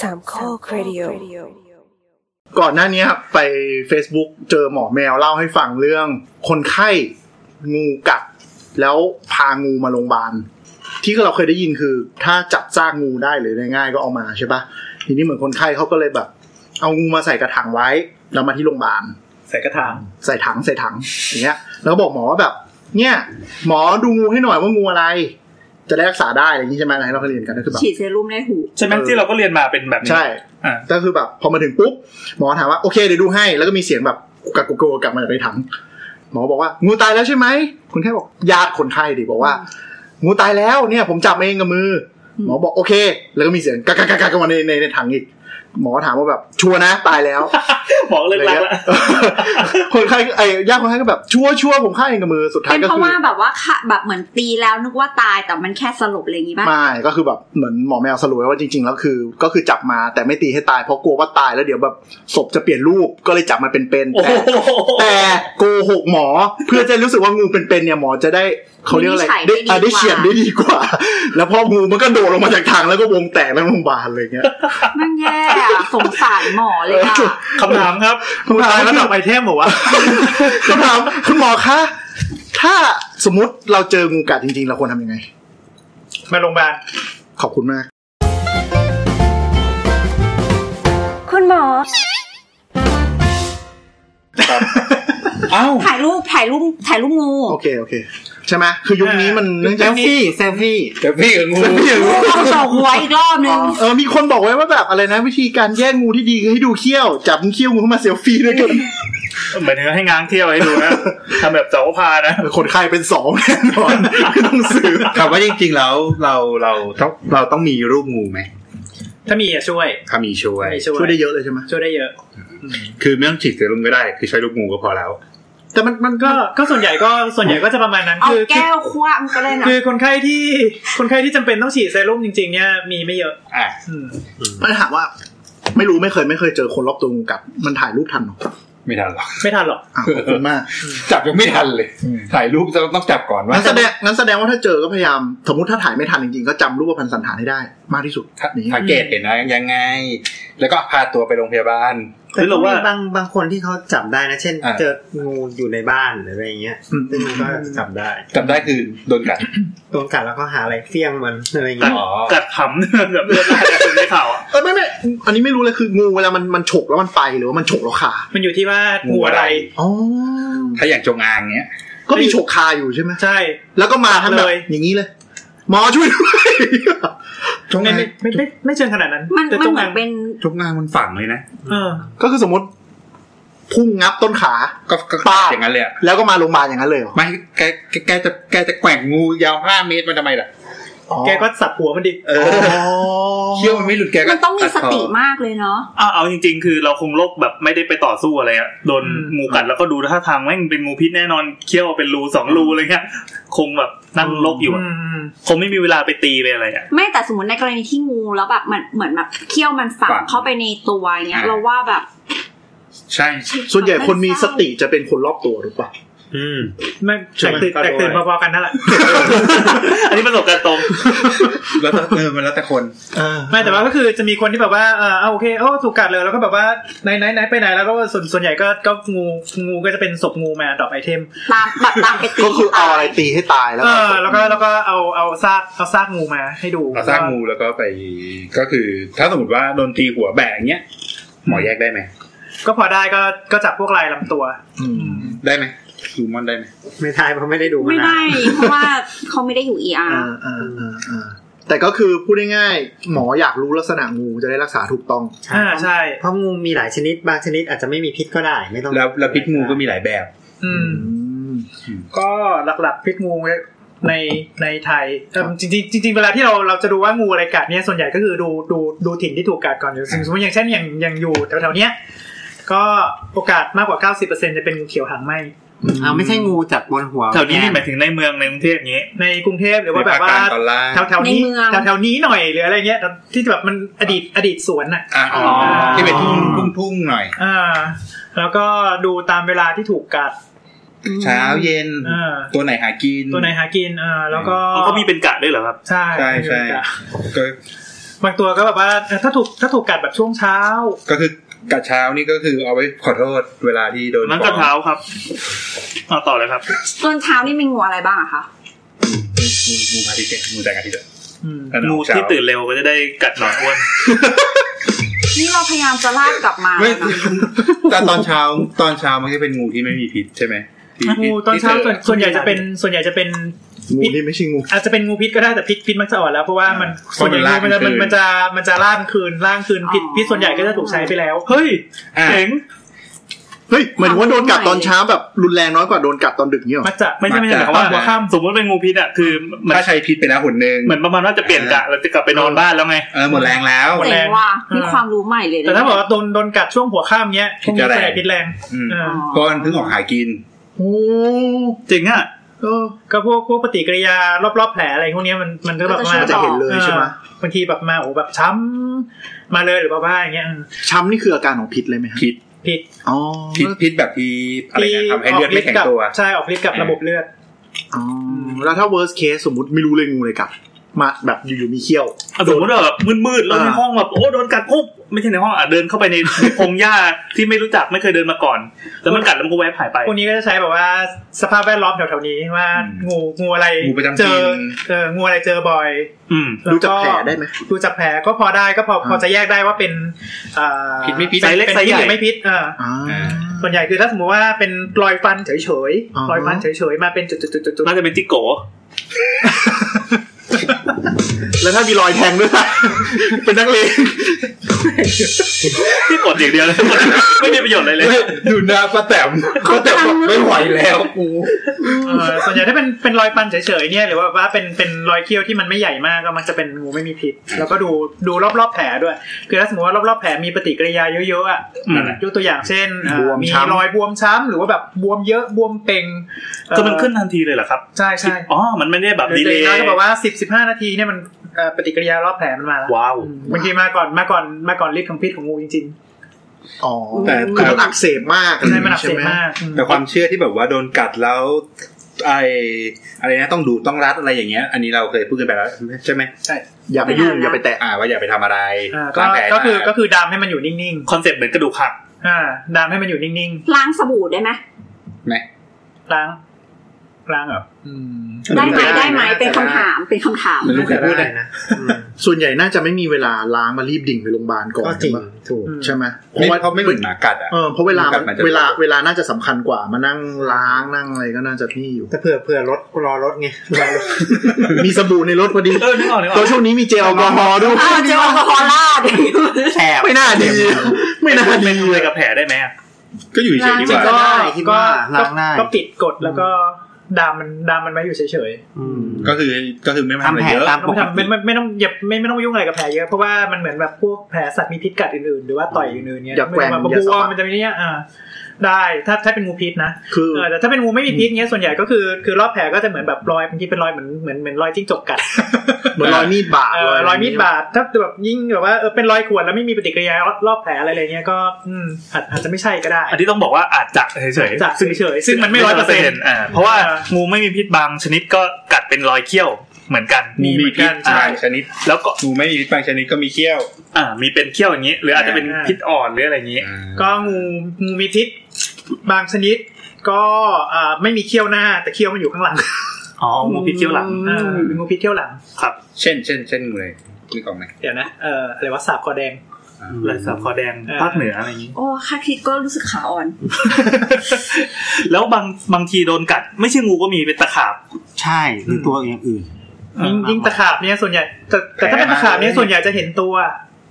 สามข้อครดิโอ ก่อนหน้านี้ไป Facebook เจอหมอแมวเล่าให้ฟังเรื่อง คนไข้งูกัด แล้วพางูมาโรงพยาบาล ที่เราเคยได้ยินคือ ถ้าจับซากงูได้หรือง่ายๆก็เอามาใช่ปะทีนี้เหมือนคนไข้เขาก็เลยแบบ เอางูมาใส่กระถางไว้ แล้วมาที่โรงพยาบาล ใส่กระถาง ใส่ถังใส่ถังอย่างเงี้ย แล้วก็บอกหมอว่าแบบ เนี่ย หมอดูงูให้หน่อยว่างูอะไร จะได้รักษาได้อะไรอย่างนี้ใช่ไหมอะไรเราเคยเรียนกันก็คือแบบ ฉีดเซรุ่มในหู ใช่ไหม เออ ที่เราก็เรียนมาเป็นแบบนี้ ใช่ อ่า ก็คือแบบพอมาถึงปุ๊บหมอถามว่าโอเคเดี๋ยวดูให้ แล้วก็มีเสียงแบบกุกกักกุกโกกลับมาจากในถัง หมอบอกว่างูตายแล้วใช่ไหมคนไข้บอกญาติคนไข้ดิบอกว่า งูตายแล้วเนี่ย ผมจับเองกับมืออ ม หมอบอกโอเค แล้วก็มีเสียงกักกักกักกักมาในในในถังอีก หมอถามว่าแบบชัวร์นะตายแล้ว หมอเลิกรัอะกไร ละ เงี้ย คนไข้ไอ้ญาติคนไข้ก็แบบชัวร์ชัวร์ผมฆ่าเองกับมือสุดท้า เป็ ย น ก็ เพ คื ราะ อ ว่าแบบว่าค่ะแบบเหมือนตีแล้วนึกว่าตายแต่มันแค่สลบอะไรอย่างงี้ป่ะ ไม่ก็คือแบบเหมือนหมอแมวสรุปไว้ว่าจริง ๆ แล้วคือ ก็คือจับมาแต่ไม่ตีให้ตายเพราะกลัวว่าตายแล้วเดี๋ยวแบบศพจะเปลี่ยนรูปก็เลยจับมาเป็นๆ โอ้ แต่ โห แต่โกหกหมอเพื่อจะรู้สึกว่างูเป็นๆเนี่ยหมอจะได้เขาเรียกอะไร วินิจฉัย ได้ ได้ อ่ะ ดี ได้เฉียด กว่า ได้ดีกว่า แล้วพองูมันก็โดดลงมาจากทางแล้วก็วงแตกในโรงพยาบาลเลยเงี้ย มันแย่อะสงสารหมอเลยอะ คำถามครับ คำถาม แล้วดอกไอเทมเหรอวะ คำถามคุณหมอคะถ้าสมมติเราเจองูกัดจริงๆ เราควรทำยังไง มาโรงพยาบาล ขอบคุณมาก คุณหมอ เอ้า ถ่ายรูปถ่ายรูปถ่ายรูปงู โอเคโอเค ใช่ไหมคือยุคนี้มันเนื่อง เซ จาก ลฟี่เซลฟี่เซลฟี่กับงู ต้องส่งไว้อีกรอบนึง เออมีคนบอกไว้ว่าแบบอะไรนะ วิธีการแยกงูที่ดีคือให้ดูเขี้ยว จับเขี้ยวงูเข้ามาเซลฟี่ด้วย กัน เหมือนให้ง้างเที่ยวให้ดู นะทำแบบเสาพานะ คนไข้เป็นสองแน่ นอนคือต้องซื้อ ถามว่าจริงๆแล้วเราเราต้องเราต้องมีรูปงูไหม ถ้ามีอะช่วย ถ้ามีช่วย มีช่วย ช่วยได้เยอะเลยใช่ไหม ช่วยได้เยอะ คือไม่ต้องฉีดเซรุ่มก็ได้ คือใช้รูปงูก็พอแล้ว แต่มันมันก็ ก็ก็ส่วนใหญ่ก็ส่วนใหญ่ก็จะประมาณนั้น เอา คือคือ แก้วคว้างก็เลยนะ คือคนไข้ที่คนไข้ที่จำเป็นต้องฉีดเซรุ่มจริงๆเนี่ยมีไม่เยอะ อ่ะ อืม มันถามว่า ไม่รู้ไม่เคยไม่เคยเจอคนรอบตัวงูกัดมันถ่ายรูปทันเหรอ ไม่ทันหรอก ไม่ทันหรอก อ่ะขอบคุณมาก จับยังไม่ทันเลย ถ่ายรูปจะต้องจับก่อนว่า งั้นแสดงงั้นแสดงว่าถ้าเจอก็พยายาม สมมติถ้าถ่ายไม่ทันจริงๆ ก็จำรูปพันสันฐานให้ได้ มากที่สุด ถ้า นี่ สังเกตเห็นนะยังไง แล้วก็พาตัวไปโรงพยาบาล หรือเราว่า แต่ก็มีบางบางคนที่เขาจับได้นะ เช่น อ่ะ เจองูอยู่ในบ้านหรืออะไรอย่างเงี้ยซึ่งมันก็จับได้ จับได้คือโดนกัด โดนกัดแล้วก็หาอะไรเฟี้ยงมันอะไรอย่างเงี้ย กัดขำ แบบเลือดไหลอะคุณได้ข่าวอะ เออไม่ไม่อันนี้ไม่รู้เลยคืองูเวลามันมันฉกแล้วมันไปหรือว่ามันฉกแล้วคา มันอยู่ที่ว่างูอะไร อ๋อ ถ้าอย่างจงอางเนี้ย ก็มีฉกคาอยู่ใช่ไหม ใช่ แล้วก็มาทั้งแบบ เลย อย่างนี้เลย หมอช่วยด้วยจง ไม่ อาง ไม่ไม่ไม่ไม่เชิงขนาดนั้น มัน แต่ มัน จง เหมืออาง นเป็น จงอางมันฝังเลยนะ เออ ก็คือสมมติ พุ่งงับต้นขา ก็ก็ ปาด อย่างนั้นเลยอะ แล้วก็มาโรงพยาบาลอย่างนั้นเลยเหรอ ไม่แกแกแกจะแกจะแกว่งงูยาวห้าเมตรมันทำไมล่ะ อ๋อ แกก็สับหัวมันดิ เอ อ๋อ อเขี้ยวมันไม่หลุดแกก็ มันต้องมี ด ส ค ติมากเลยเนาะ อ้าวเอาจริงๆ คือเราคงโลกแบบไม่ได้ไปต่อสู้อะไรอะโดนงูกัดแล้วก็ดูท่าทางแม่งเป็นงูพิษแน่นอนเคี้ยวเป็นรูสองรูอะไรเงี้ยคงแบบนั่งโลกอยู่อะ ม คงไม่มีเวลาไปตีไปอะไรอะ ไม่แต่สมมติในกรณีที่งูแล้วแบบมันเหมือนแบบเขี้ยวมันฝังเข้าไปในตัวอย่างเงี้ย เราว่าแบบ ใช่ ส่วนใหญ่คนมีสติจะเป็นคนรอบตัวหรือเปล่า อืม ไม่แตกตื่น ใช่ไหม แตกตื่นพอๆกันนั่นแหละ อันนี้ประสบการณ์ตรง แล้วแต่เออมันแล้วแต่คน ไม่แต่ว่าก็คือจะมีคนที่แบบว่าเออเอาโอเคโอ้ถูกกัดเลยแล้วก็แบบว่าไหนไหนไหนไปไหนแล้วก็ส่วนส่วนใหญ่ก็ก็งูงูก็จะเป็นศพงูมาดรอปไอเทม ตามแบบตามไปตี ก็คือเอาอะไรตีให้ตายแล้ว เออแล้วก็แล้วก็เอาเอาซากเอาซากงูมาให้ดู เราสร้างงูแล้วก็ไปก็คือ ถ้าสมมติว่าโดนตีหัวแบะอย่างเงี้ยหมอแยกได้ไหม ก็พอได้ก็ก็จับพวกลายลำตัว ได้ไหมดูมอนได้ไหม ไม่ทายเพราะไม่ได้ดูมา ไม่ นา ได้ น เพราะว่าเขาไม่ได้อยู่เออา อ่าอ่าอ่าอ่าแต่ก็คือพูดง่ายๆหมออยากรู้ลักษณะงูจะได้รักษาถูกต้อง อ่าใช่ เพราะงูมีหลายชนิด บางชนิดอาจจะไม่มีพิษก็ได้ ไม่ต้อง แล้วแล้วพิษงูก็มีหลายแบบ อืม ก็หลักๆพิษงูในในไทยเอิ่มจริงๆจริงๆเวลาที่เราเราจะดูว่างูอะไรกัดเนี่ยส่วนใหญ่ก็คือดูดูดูถิ่นที่ถูกกัดก่อนอยู่สมมติอย่างเช่นอย่างอย่างอยู่แถวๆเนี้ยก็โอกาสมากกว่า 90%จะเป็นงูเขียวหางไหม เอาไม่ใช่งูจากบนหัว แถวนี้นี่หมายถึงในเมืองในกรุงเทพอย่างงี้ ในกรุงเทพหรือว่าแบบ ในภ ว่า คกลงตอนล่าง แถวแถวๆนี้แถวแถวๆนี้หน่อยหรืออะไรเงี้ยที่แบบมันอดีตอดีตสวนน่ะ อ่ะ อ๋อ ที่เป็นทุ่งทุ่งทุ่งหน่อย อ่า แล้วก็ดูตามเวลาที่ถูกกัด เช้าเย็น อ่า ตัวไหนหากิน ตัวไหนหากินอ่าแล้วก็ เขาก็มีเป็นกะด้วยเหรอครับ ใช่ ใช่ใช่ มีเป็นกะ ก็ บางตัวก็แบบว่าเออถ้าถูกถ้าถูกกัดแบบช่วงเช้า ก็คือกระเช้านี่ก็คือเอาไว้ขอโทษเวลาที่โดน นั้นกระเท้าครับเอาต่อเลยครับ ตอนเช้านี่มีงูอะไรบ้างอะคะ งูงูพาทิตย์เนี่ยงูแต่งอาทิตย์อะ อืม อันนั้น งู ออกเช้า ที่ตื่นเร็วก็จะได้กัดหนอนอ้วน นี่เราพยายามจะลากกลับมา ไม่ นะ แต่ตอนเช้าตอนเช้ามันจะเป็นงูที่ไม่มีพิษใช่ไหมที่ที่ งูตอนเช้า ที่จ ส่วนส่วนใหญ่จะเป็นส่วนใหญ่จะเป็น งูที่ไม่ใช่งู อาจจะเป็นงูพิษก็ได้แต่พิษพิษมันจะอ่อนแล้วเพราะว่ามันส่วนใหญ่งูมันจะมันมันจะมันจะล่านคืนล่างคืนพิษพิษส่วนใหญ่ก็จะถูกใช้ไปแล้ว เฮ้ย อ่ะ เจ๋ง เฮ้ยหมายถึงว่าโดนกัดตอนเช้าแบบรุนแรงน้อยกว่าโดนกัดตอนดึกเนี่ยเหรอ มักจะ ไม่ใช่ไม่ใช่หมายความ มักจะ ว่าสมมติเป็นงูพิษอ่ะคือมัน ถ้าใช้พิษไปแล้วหนหนึ่ง เหมือนประมาณว่าจะเปลี่ยนกะแล้วจะกลับไปนอนบ้านแล้วไง เออหมดแรงแล้ว เจ๋งว่ะมีความรู้ใหม่เลยนะ แต่ถ้าบอกว่าโดนโดนกัดช่วงหัวข้ามเงี้ยพวกนี้ส่วนใหญ่พิษแรง อืม เอ อ๋อ อ ก้อนเพิ่งออกหากิน โอ้ เจ๋งอ่ะ เออ ก็พวกพวกปฏิกิริยารอบๆแผลอะไรพวกเนี้ยมันมันก็แบบมา จะเห็นเลยใช่ไหม ออบางทีแบบมาโอ้โหแบบช้ำมาเลยหรือแบบว่าอย่างเงี้ยอืม ช้ำนี่คืออาการของพิษเลยไหมฮะ พิษ พิษ อ๋อ พิษพิษแบบที่อะไรนะทำให้เลือดไม่แข็ที่กฤทงธิ์กับ ตัว ใช่ออกฤทธิ์กับ เออ ระบบเลือด อ๋อแล้วถ้า worst case สมมติไม่รู้เลยงูเลยกัดมาแบบอยู่ๆมีเขี้ยว อ่ะสมมติว่าแบบมืดๆแล้วใน อ่า ห้องแบบโอ้โดนกัดปุ๊บไม่ใช่ในห้องอ่ะเดินเข้าไปใน พงหญ้าที่ไม่รู้จักไม่เคยเดินมาก่อน แล้วมันกัดแล้วมันก็แวบหายไป พวกนี้ก็จะใช้แบบว่าสภาพแวดล้อมแถวๆนี้ว่า อืม งูงูอะไร งูประจำ เจอ ถิ่น เอองูอะไรเจอบ่อย อืม รู้จักแผลได้ไหม ดูจากแผลก็พอได้ก็พอพอจะแยกได้ว่าเป็นอ่า พิษไม่พิษ ไซส์เล็ก เป็น ไซส์ พิษ ให ห ญ่ รือไม่พิษเออ อ่า ส่วนใหญ่คือถ้าสมมติว่าเป็นรอยฟันเฉย อ่าฮะ ๆรอยฟันเฉยๆมาเป็นจุดๆ น่าจะเป็นจิโก แล้วถ้ามีรอยแทงด้วย ล่ะ เป็นนักเลง ที่กดอย่างเดียวเลย ไม่มีประโยชน์อะไรเลย ดูหน้าป้าแต๋มป้าแต๋มบอกไม่ไหวแล้วกู ๆเออส่วนใหญ่ถ้าเป็นเป็นรอยฟันเฉยๆเนี่ยหรือว่าว่าเป็นเป็นรอยเขี้ยวที่มันไม่ใหญ่มากก็มันจะเป็นงูไม่มีพิษ แล้วก็ดูดูรอบๆแผลด้วย คือถ้าสมมติว่ารอบๆแผลมีปฏิกิริยาเยอะๆอ่ะ อืม ยกตัวอย่างเช่นเอ่อบ วม มี ช้ำ รอยบวมช้ำหรือว่าแบบบวมเยอะบวมเป่งเอ่อ คือมันขึ้นทันทีเลยเหรอครับ ใช่ใช่ อ๋อมันไม่ได้แบบดี เล เลย ย์ น้อยก็บอกว่าสิบสิบห้านาทีเนี่ยมันเอ่อปฏิกิริยารอบแผลมันมาแล้ว ว้าว อืมบางทีมาก่อนมาก่อนมาก่อนฤทธิ์ของพิษของงูจริง อ๋อ แต่ คือ แต่ มันอักเสบมาก ๆใช่มันหนักเสียมากอืม แต่ความเชื่อที่แบบว่าโดนกัดแล้วไออะไรนะต้องดูดต้องรัดอะไรอย่างเงี้ย อันนี้เราเคยพูดกันไปแล้วใช่ไหม ใช่ อย่าไปยุ่งอย่าไปแตะ อ่าว่าอย่าไปทำอะไร อ่าก็ ล้างแผล ก็คือก็ สะาด คือดามให้มันอยู่นิ่ง คอนเซ็ปต์เหมือนกระดูกหัก ๆอ่าดามให้มันอยู่นิ่ง ล้างสบู่ได้ไหม ไหม ๆล้างล้างเหรออืม ได้ไหม ไม่ได้ ได้ไหมเป็นคำถามเป็นคำถาม ไม่รู้ใครพูด ได้ นะ นะอืม ส่วนใหญ่น่าจะไม่มีเวลาล้างมารีบดิ่งไปโรงพยาบาลก่อน ก็จริง ใช่ปะ ถูก อืม ใช่ไหมเพ ไม่ ราะว่า เขาไม่เหมือนหมากัดอ่ะ เออเพราะเวลามัน มันจะ เวลาเวลาน่าจะสำคัญกว่ามานั่งล้างนั่งอะไรก็น่าจะนี่ อยู่ แต่เผื่อเผื่อรถรอรถไงรอรถ มีสบู่ในรถพอดี เออนึกออกนึกออก ตัวช่วงนี้มีเจลแอลกอฮอล์ด้วย อ้าวเจลแอลกอฮอล์ลาด แฉบ ไม่น่าดี ไม่น่า เป็ ดี น เล เลย ย กับกับ แผลได้ไหมอะ ก็อยู่เฉยๆดีก ก็ ว่า ก็ ได้ที่ว่า ก็ ล้างได้ ก็ปิดกดแล้วก็ดามมันดามมันไว้อยู่เฉยๆ อืม ก็คือก็คือไม่ทำอะไร ทำแผล เยอะ ตาม ไม่ทำไม่ไม่ไม่ต้องอย่าไม่ไม่ต้องยุ่งอะไรกับแผลเยอะเพราะว่ามันเหมือนแบบพวกแผลสัตว์มีพิษกัดอื่นๆ หรือว่าต่อยอื่นๆเนี่ย อย่าแกว่ง มันบบ อย่า บ สะบั ว ด มมันจะมีเนี่ยอ่าได้ถ้าถ้าเป็นงูพิษนะ คือ เออแต่ถ้าเป็นงูไม่มีพิษเนี้ยส่วนใหญ่ก็คือคือรอบแผลก็จะเหมือนแบบรอยบางทีเป็นรอยเหมือนเหมือนเหมือนรอยจิ้งจกกัด เหมือนรอยมีดบาด เออรอยมีดบาดถ้าแบบยิ่งแบบว่าเออเป็นรอยขวนแล้วไม่มีปฏิกิริยารอบแผลอะไรเลยเนี้ยก็อืมอาจอาจจะไม่ใช่ก็ได้ อันที่ต้องบอกว่าอาจจะเฉยๆ จะเฉยๆซึ่งมันไม่ร้อยเปอร์เซ็นต์ อ่าเพราะว่างูไม่มีพิษบางชนิดก็กัดเป็นรอยเขี้ยวเหมือนกัน งูมีพิษ ใช่ บางชนิด แล้วก็ งูไม่มีพิษบางชนิดก็มีเขี้ยว อ่ามีเป็นเขี้ยวอย่างนี้ หรืออาจจะเป็น อ่า พิษอ่อนหรืออะไรอย่างนี้ ก็งูงูมีพิษบางชนิด ก็อ่าไม่มีเขี้ยวหน้าแต่เขี้ยวมันอยู่ข้างหลัง อ๋องูพิษเขี้ยวหลัง เออเป็นงูพิษเขี้ยวหลัง ครับ เช่นเช่นเช่นงูเลยนึกออกไหม เดี๋ยวนะ เอ่อ อะไรว่าสาบคอแดง ลายสาบคอแดง อ่า ภาคเหนืออะไรอย่างนี้ โอ้แค่คิดก็รู้สึกขาอ่อน แล้วบางบางทีโดนกัด ไม่ใช่งูก็มีเป็นตะขาบ ใช่หรือตัวอย่างอื่น ยิ่ง อ่า ยิ่งตะขาบเนี่ยส่วนใหญ่ แต่แต่ถ้าเป็นตะขาบเนี่ยส่วนใหญ่จะเห็นตัว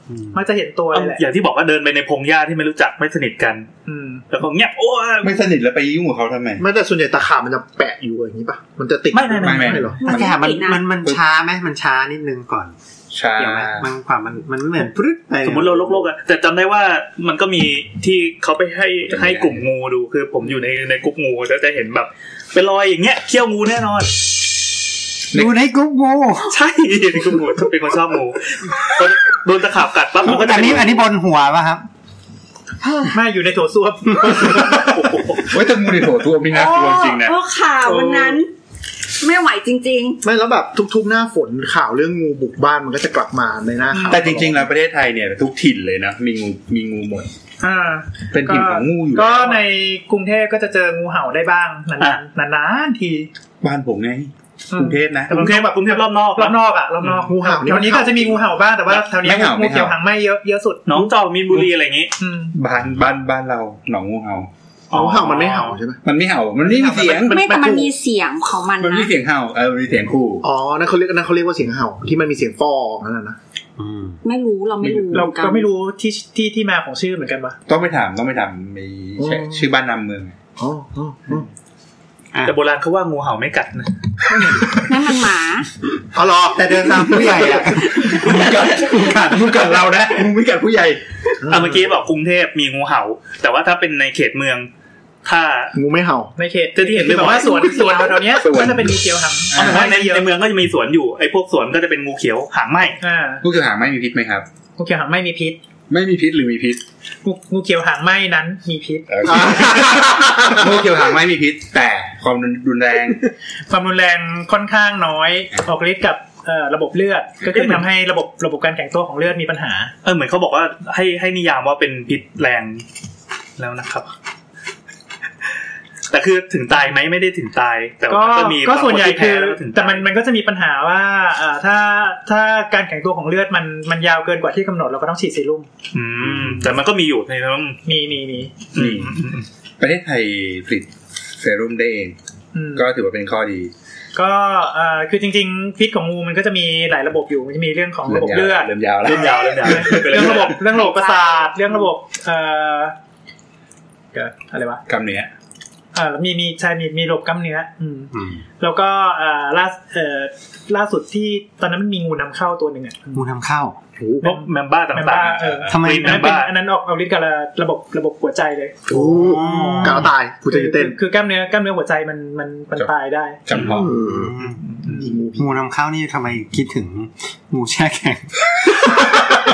อืม มักจะเห็นตัวเลยแหละ อย่างที่บอกว่าเดินไปในพงหญ้าที่ไม่รู้จักไม่สนิทกัน อืม แล้วก็เงียบโอ้ย ไม่สนิทแล้วไปยุ่งกับเขาทำไม ไม่แต่ส่วนใหญ่ตะขาบมันจะแปะอยู่อย่างนี้ป่ะมันจะติด ไม่ไม่ไม่ ไม่หรอ มัน แฉบมัน ติดนะ มันมันช้าไหมมันช้านิดนึงก่อน ช้า เดี๋ยวไหมมันกว่ามันมันไม่เหมือนพรึดไป สมมติเราโลกๆอะแต่จำได้ว่ามันก็มีที่เขาไปให้ จำไม่ได้ ให้กลุ่มงูดูคือผมอยู่ในในกลุ่มงูแล้วจะเห็นแบบเป็นรอยอย่างเงี้ยเขี้ยวงูแน่นอน ดูในกรุ๊ปงู ใช่ในกลุ่มงูเป็นคนชอบงู โดนตะขาบกัดปั๊บมันก็จะ อันนี้อันนี้บนหัวป่ะครับ ไม่อยู่ในโถส้วม เว้ยแต่งูในโถตัวมีน่ากลัวจริงนะ โอ้ข่าววันนั้น ไม่ไหวจริง ไม่แล้วแบบทุกๆหน้าฝนข่าวเรื่องงูบุกบ้านมันก็จะกลับมาในหน้าข่าว แต่จริงๆแล้วประเทศไทยเนี่ยทุกถิ่นเลยนะมีงูมีงูหมด อ่า เป็นถิ่นของงูอยู่ ก็ แล้ว ในกรุงเทพก็จะเจองูเห่าได้บ้างนานๆนานๆที บ้านผมไงกรุงเทพนะ กรุงเทพแบบกรุงเทพรอบนอก รอบนอกอะรอบนอก งูเห่านี่ แถวนี้ก็จะมีงูเห่าบ้างแต่ว่าแถวนี้ ไม่เห่าไม่ งู เห่า เขียวหางไหมเยอะเยอะสุด หน้องจอกมีนบุรีอะไรอย่างงี้ อืม บ้านบ้านบ้านเราหนองงูเห่า งูเห่ามันไม่เห่าใช่ไหม มันไม่เห่ามันไม่มีเสียง ๆ ไม่แต่มันมีเสียงของมัน มันไม่นะมีเสียงเห่าเออมันมีเสียงคู่ อ๋อนั่นเขาเรียกนั่นเขาเรียกว่าเสียงเห่าที่มันมีเสียงฟอออกนั่นนะนะ อืม ไม่รู้เราไม่รู้ เรา หอนน ก็ไม่รู้ที่ที่ที่มาของชื่อเหมือนกันปะ ต้องไปถามต้องไปถามมีชื่อชื่อบ้านนำเมือง อ๋ออ๋ออ๋อ แต่โบราณเขาว่างูเห่าไม่กัดนะ นั่นมันหมา อ๋อเหรอ แต่เดินตามผู้ใหญ่อะ มึงกัดมึงกัดมึงกัดเรานะมึงไม่กัดผู้ใหญ่ อ่ะเมื่อกี้บอกกรุงเทพมีงูเห่า แต่ว่าถ้าเป็นในเขตเมือง ถ้า งูไม่เห่า ในเขต แต่ที่เห็น แบบ บ่อยๆ ว่าสวนสวนแถวๆเนี้ย สวน ก็จะเป็นงูเขียวหาง เอาเป็นว่าใน ไม่เยอะ ในเมืองก็จะมีสวนอยู่ไอ้พวกสวนก็จะเป็นงูเขียวหางไหม อ่า ลูกจะหางไม่มีพิษไหมครับ งูเขียวหางไหมมีพิษ ไม่มีพิษหรือมีพิษ งูงูเขียวหางไหมนั้นมีพิษ ลูกเกี่ยวหางไม่มีพิษ แต่ความรุนแรง ความรุนแรงค่อนข้างน้อยออกฤทธิ์กับเอ่อระบบเลือด ก็คือทำให้ระบบระบบการแข็งตัวของเลือดมีปัญหา เออเหมือนเขาบอกว่าให้ให้นิยามว่าเป็นพิษแรงแล้วนะครับ แต่คือถึงตายไหมไม่ได้ถึงตาย แต่ ก็ ว่าก็มี ก็ส่วนใหญ่คือ ล้วก็ถึงาย แต่มันมันก็จะมีปัญหาว่าเอ่อถ้าถ้าการแข็งตัวของเลือดมันมันยาวเกินกว่าที่กำหนดเราก็ต้องฉีดซีรุ่ม อืมแต่มันก็มีอยู่ในนั้น มีมีมี นี่ ประเทศไทยผลิตเซรุ่มได้เอง อืม ก็ถือว่าเป็นข้อดี ก็เอ่อคือจริงๆ พิษของงูมันก็จะมีหลายระบบอยู่มันจะมีเรื่องของระบบเลือด เริ่มยาวแล้ว เรื่องย าวเรื่องยาว เรื่องระบบเรื่องระบบประสาทเรื่องระบบเอ่อเกิดอะไรวะ กำเนื้อ เอ่อมีมีใช่มีมีระบบกล้ามเนื้ออืม อืม แล้วก็เอ่อล่าเอ่อล่าสุดที่ตอนนั้นมันมีงูนำเข้าตัวหนึ่งอ่ะ งูทำเข้า พวกแมมบ้าต่ แมมบ้า าง เออ ทำไม รีด อัน แม นั้นเป็มน บ้า อันนั้นออกเอาฤทธิ์กับระบบระบบหัวใจเลย โอ้กาวตายกูจะอยู่เต้น คือคือกล้ามเนื้อกล้ามเนื้อหัวใจมันมันมันตายได้ จำเพาะ งูนำเข้านี่ทำไมคิดถึงงูแช่แข็ง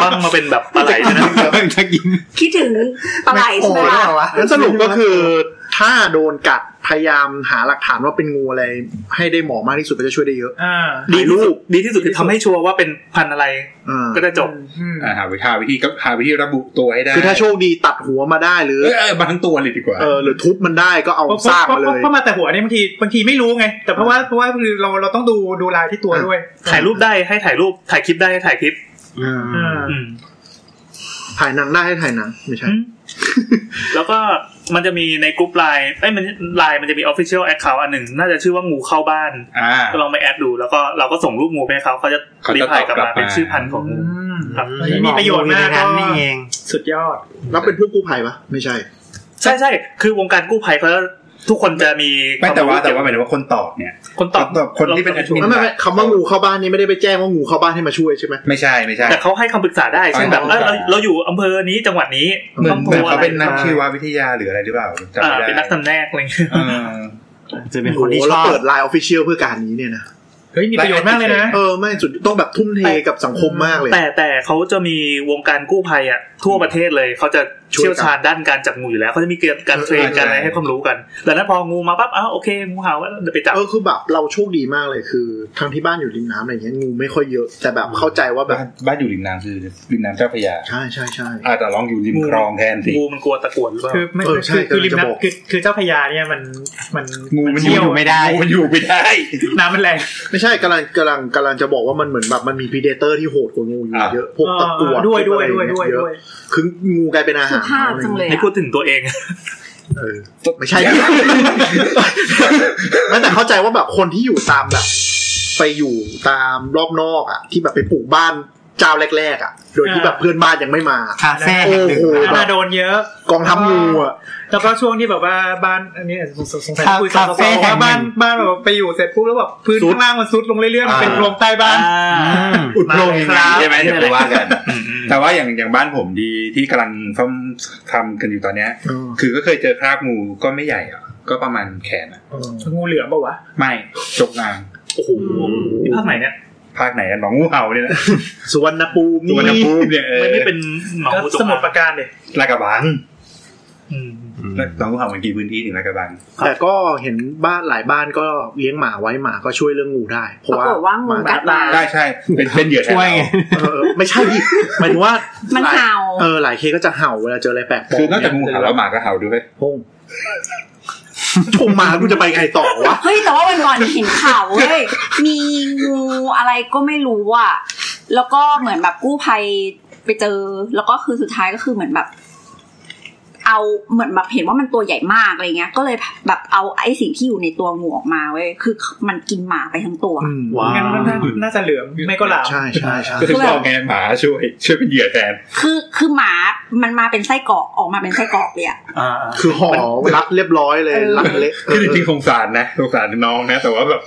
บ้างมาเป็นแบบปลาไหลใช่ไหม จะกิน คิดถึงปลาไหลใช่ไหมล่ะ งั้นสรุปก็คือถ้าโดนกัดพยายามหาหลักฐานว่าเป็นงูอะไรให้ได้หมอมากที่สุดก็จะช่วยได้เยอะ อ่า ดีที่สุดดีที่สุดคือทำให้ชัวร์ว่าเป็นพันธุ์อะไร อ่า ก็จะจบ อืม อ่าหาวิธีหาวิธีหาวิธีระบุตัวให้ได้ คือถ้าโชคดีตัดหัวมาได้หรือ เออเออบางตัวเลยดีกว่า เออหรือทุบมันได้ก็เอา เพราะ ซากมาเล เพระ ย เพราะมาแต่หัวเนี่ยบางทีบางทีไม่รู้ไง แต่เพราะว่าเพราะว่าคือเราเราต้องดูดูลายที่ตัวด้วย ถ่ายรูปได้ให้ถ่ายรูปถ่ายคลิปได้ให้ถ่ายคลิป อ่า อืม ถ่ายหนังได้ให้ถ่ายหนังไม่ใช่ แล้วก็มันจะมีในกรุ๊ปไลน์เอ้ยมันไลน์มันจะมี Official Account อันหนึ่ง น่าจะชื่อว่างูเข้าบ้าน อ่า ก็ลองไปแอดดู แล้วก็เราก็ส่งรูปงูไปให้เขาเขาจะ เขา รี จะ พายกลับ ตอบกลั มา บมา เป็นชื่อพันธุ์ของงู ครับ มีประโยชน์มากก็ นี่เอง สุดยอด แล้วเป็นพวกกู้ภัยปะไม่ใช่ ใช่ใช่คือวงการกู้ภัยเขาทุกคนจะมี ไม่แต่ว่า ครู้ แต่ เกี่ย ว่าหมายถึงว่าคนตอบเนี่ย คนตอบ ตอบคนที่เป็นแอดมิ ไม่ไม่ไม่คำว่างูเข้าบ้านนี่ไม่ได้ไปแจ้งว่างูเข้าบ้านให้มาช่วยใช่ไหม ไม่ใช่ไม่ใช่ แต่เขาให้คำปรึกษาได้เช่นแบบ ให้ เอ้คำปยรึกษา เราเราอยู่อำเภอนี้จังหวัดนี้ เหมือน ต้อง เห โท มือน รอะ เขา ไร เป็นนักชีววิทยาหรืออะไรหรือเปล่าจำ อ่า ไม่ได้ เป็นนักทำแนกอะไรอย่างเงี้ย เออ จะเป็นคนที่ โอ้ ช โห อบ เราเปิดไลน์ออฟฟิเชียลเพื่อการนี้เนี่ยนะ เฮ้ยมีประโยชน์มากเลยนะ เออ ไม่สุดต้องแบบทุ่มเทกับสังคมมากเลย แต่แต่เขาจะมีวงการกู้ภัยอ่ะทั่วประเทศเลยเขาจะเชี่ยวชาญด้านการจับงูอยู่แล้วเขาจะมีเกณฑ์การเทรน เออใช่ การอะไรให้ความรู้กันดังนั้นพองูมาปั๊บอ้าวโอเคงูเห่าแล้วเดี๋ยวไปจับ เออคือแบบเราโชคดีมากเลยคือทางที่บ้านอยู่ริมน้ำอะไรเงี้ยงูไม่ค่อยเยอะแต่แบบเข้าใจว่าแบบ บ้านบ้านอยู่ริมน้ำคือริมน้ำเจ้าพระยา ใช่ใช่ใช่ อาจจะลองอยู่ริมคลองแทนสิ งูมันกลัวตะกรวนหรือเปล่า คือไม่ เอ คือ อ ใช่ คือคือริม กำลังจะบอก น้ำคือคือเจ้าพญาเนี่ยมันมัน งูมันอ เชี่ยยู่ว ไม่ได้งูมันอยู่ไม่ได้ น้ำมันแรง ไม่ใช่กำลังกำลังกำลังจะบอกว่ามันเหมือนแบบมันมีพรีเดเตอร์ที่โหดกว่างูอยู่ อ่ะ เยอะพวกตะกรวด เออด้วย พก ด้ว อะ ย ไร ด้วยด้วย เย ด้ว อะ ย คืองูกลายเป็นอา สุ หาร ภาพจังเลย ให้ อะ พูดถึงตัวเอง เออไม่ใช่ ไม่แต่เข้าใจว่าแบบคนที่อยู่ตามแบบ ไปอยู่ตามรอบนอกอ่ะ ที่แบบไปปลูกบ้านเจ้าแรกๆอ่ะ โดยที่แบบเพื่อนบ้านยังไม่มา คาเฟ่แห่งหนึ่ง โอ้โห อันนาโดนเยอะ กองทัพงูอ่ะ แล้วก็ช่วงที่แบบว่าบ้านอันนี้สงสัยสงสัยคุยกั คา บ เฟ่ บอก แห่ง ว่า ห บ้าน นึ่ง บ้านแบบไปอยู่เสร็จปุ๊บแล้วแบบพื้น ซุด ข้างล่างมันซุดลงเรื่อยๆมันเป็นโพรงใต้บ้าน อุดลง ครับ ใช่ไหมเดี๋ยวไปว่ากัน อืมอืม แต่ว่าอย่างอย่างบ้านผมดีที่กำลังซ่อมทำกันอยู่ตอนเนี้ย เออ คือก็เคยเจอคราบงูก็ไม่ใหญ่อ่ะ ก็ประมาณแขนอ่ะ เออ งูเหลือมปะวะ ไม่จกนาง โอ้โหนี่ภาคไหนเนี่ย ภาคไหนอะหนองงูเห่าเนี่ยนะ สุวรรณภูมิ ตัวนภูมิเนี่ยเออ ไม่ไม่เป็นหนอง ก็ งูจง สมุด อาง ประการเด็ ลาดกระบัง อืม แล้วน้องงูเห่ามันกินพื้นที่ถึงไรกระบัง แต่ก็เห็นบ้านหลายบ้านก็เลี้ยงหมาไว้หมาก็ช่วยเรื่องงูได้ เพราะว่า ปรากฏว่างู หมา กัดมา ได้ใช่เป็นเป็นเหยื่อแทน ช่วยไง เรา เออไม่ใช่ ดิหมายถึงว่า มั มัน เห่า เออหลายเคสก็จะเห่าเวลาเจออะไรแปลกปลอม คือนอกจากงูเห่าแล้วหมาก็เห่าด้วย พงชมหมากูจะไปไงต่อวะ เฮ้ยแต่ว่าวันก่อนเห็นข่าวเว้ยมีงูอะไรก็ไม่รู้อ่ะแล้วก็เหมือนแบบกู้ภัยไปเจอ แล้วก็คือสุดท้ายก็คือเหมือนแบบ เอาเหมือนแบบเห็นว่ามันตัวใหญ่มากอะไรเงี้ย ก็เลยแบบเอาไอ้สิ่งที่อยู่ในตัวงูออกมาเว้ยคือมันกินหมาไปทั้งตัว อืม วงั้นน่าน่าจะเหลือมไม่ก็หลาม ใช่ใช่ใช่ ก็คือบอกไงหมาช่วย ช่วยเป็นเหยื่อแทน คือคือหมามันมาเป็นไส้กรอกออกมาเป็นไส้กรอกเลยอะ อ่า คือห่อรัดเรียบร้อยเลยรัดเละ คือจริงๆสงสารนะสงสารน้องนะ แต่ว่าแบบ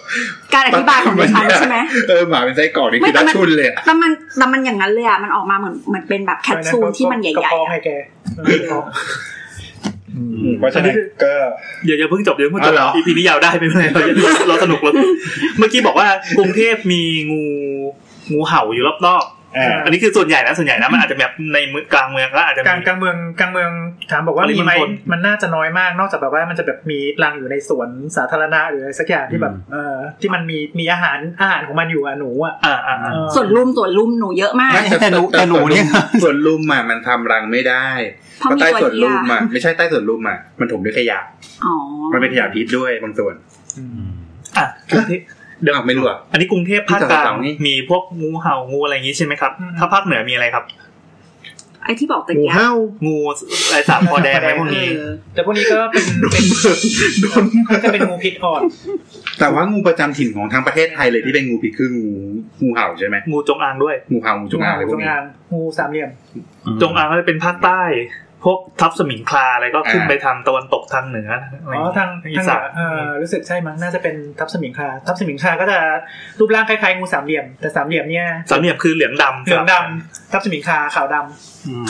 การอธิบายของดิฉันใช่ไหม เออหมาเป็นไส้กรอกนี่ ไม่ คือ แต่ ดัช มัน ชุนเลยอะ แต่มันแต่มันอย่างนั้นเลยอะมันออกมาเหมือนเหมือนเป็นแบบแคปซูลที่มันให กระ ญ่ๆป๋อง อะ ให้แก เพราะฉะนั้นก็ อย่าอย่าเพิ่งจบเดี๋ยวเพิ่งจ อ๋ บ อเหรอ อีพีนี้ยาวได้ไม่เป็นไรเราเราสนุกเราเมื่อกี้บอกว่ากรุงเทพมีงูงูเห่าอยู่รอบนอก อ่า อันนี้คือส่วนใหญ่นะส่วนใหญ่นะมันอาจจะแบบในเมืองกลางเมืองก็อาจจะ กลาง มี กลางเมืองกลางเมืองถามบอกว่า ปริ มี มณฑล ไหมมันน่าจะน้อยมากนอกจากแบบว่ามันจะแบบมีรังอยู่ในสวนสาธารณะหรืออะไรสักอย่างที่แบบ อืม เออที่มันมีมีอาหารอาหารของมันอยู่อะหนูอะ อ่าอ่า เออ ส่วนลุมส่วนลุมหนูเยอะมาก ไม่แต่หนูแต่หนูเนี่ย ส่วนลุมอ่ะมันทำรังไม่ได้ เพราะ เพราะ มี ใต้ ตัว ส่วน เดีย ลุมอ่ะไม่ใช่ใต้ส่วนลุมอ่ะมันถมด้วยขยะ อ๋อ มันเป็นขยะพิษด้วยบางส่วน อ่ะกรุงเทพ เดี๋ยวไม่รู้อ่ะ อันนี้กรุงเทพภาคกลา ที่ ง สองนี่ มีพวกงูเห่างูอะไรอย่างงี้ใช่ไหมครับ ถ้าภาคเหนือมีอะไรครับ ไอ้ที่บอกตะ งู กี้ เห่า งูอะไรสามคอแดงอะไรพวก เอ นี้ อ แต่พวกนี้ก็เป็นเป็นเขาจะเป็นงูพิษอ่อน แต่ว่างูประจำถิ่นของทางประเทศไทยเลยที่เป็นงูพิษคืองูงูเห่าใช่ไหม งูจงอางด้วย งูเห่างูจงอางอะไรจพวก ง นี้ อางงูสามเหลี่ยม จงอางก็จะเป็นภาคใต้ พวกทับสมิงคลาอะไรก็ขึ้นไปทางตะวันตกทางเหนืออะไร อ๋อทาง ทางอี ทาง สาน เออรู้สึกใช่มั้งน่าจะเป็นทับสมิงคลาทับสมิงคลาก็จะรูปร่างคล้ายๆงูสามเหลี่ยม แต่สามเหลี่ยมเนี่ย สามเหลี่ยมคือเหลืองดำ เหลืองดำทับสมิงคลาขาวด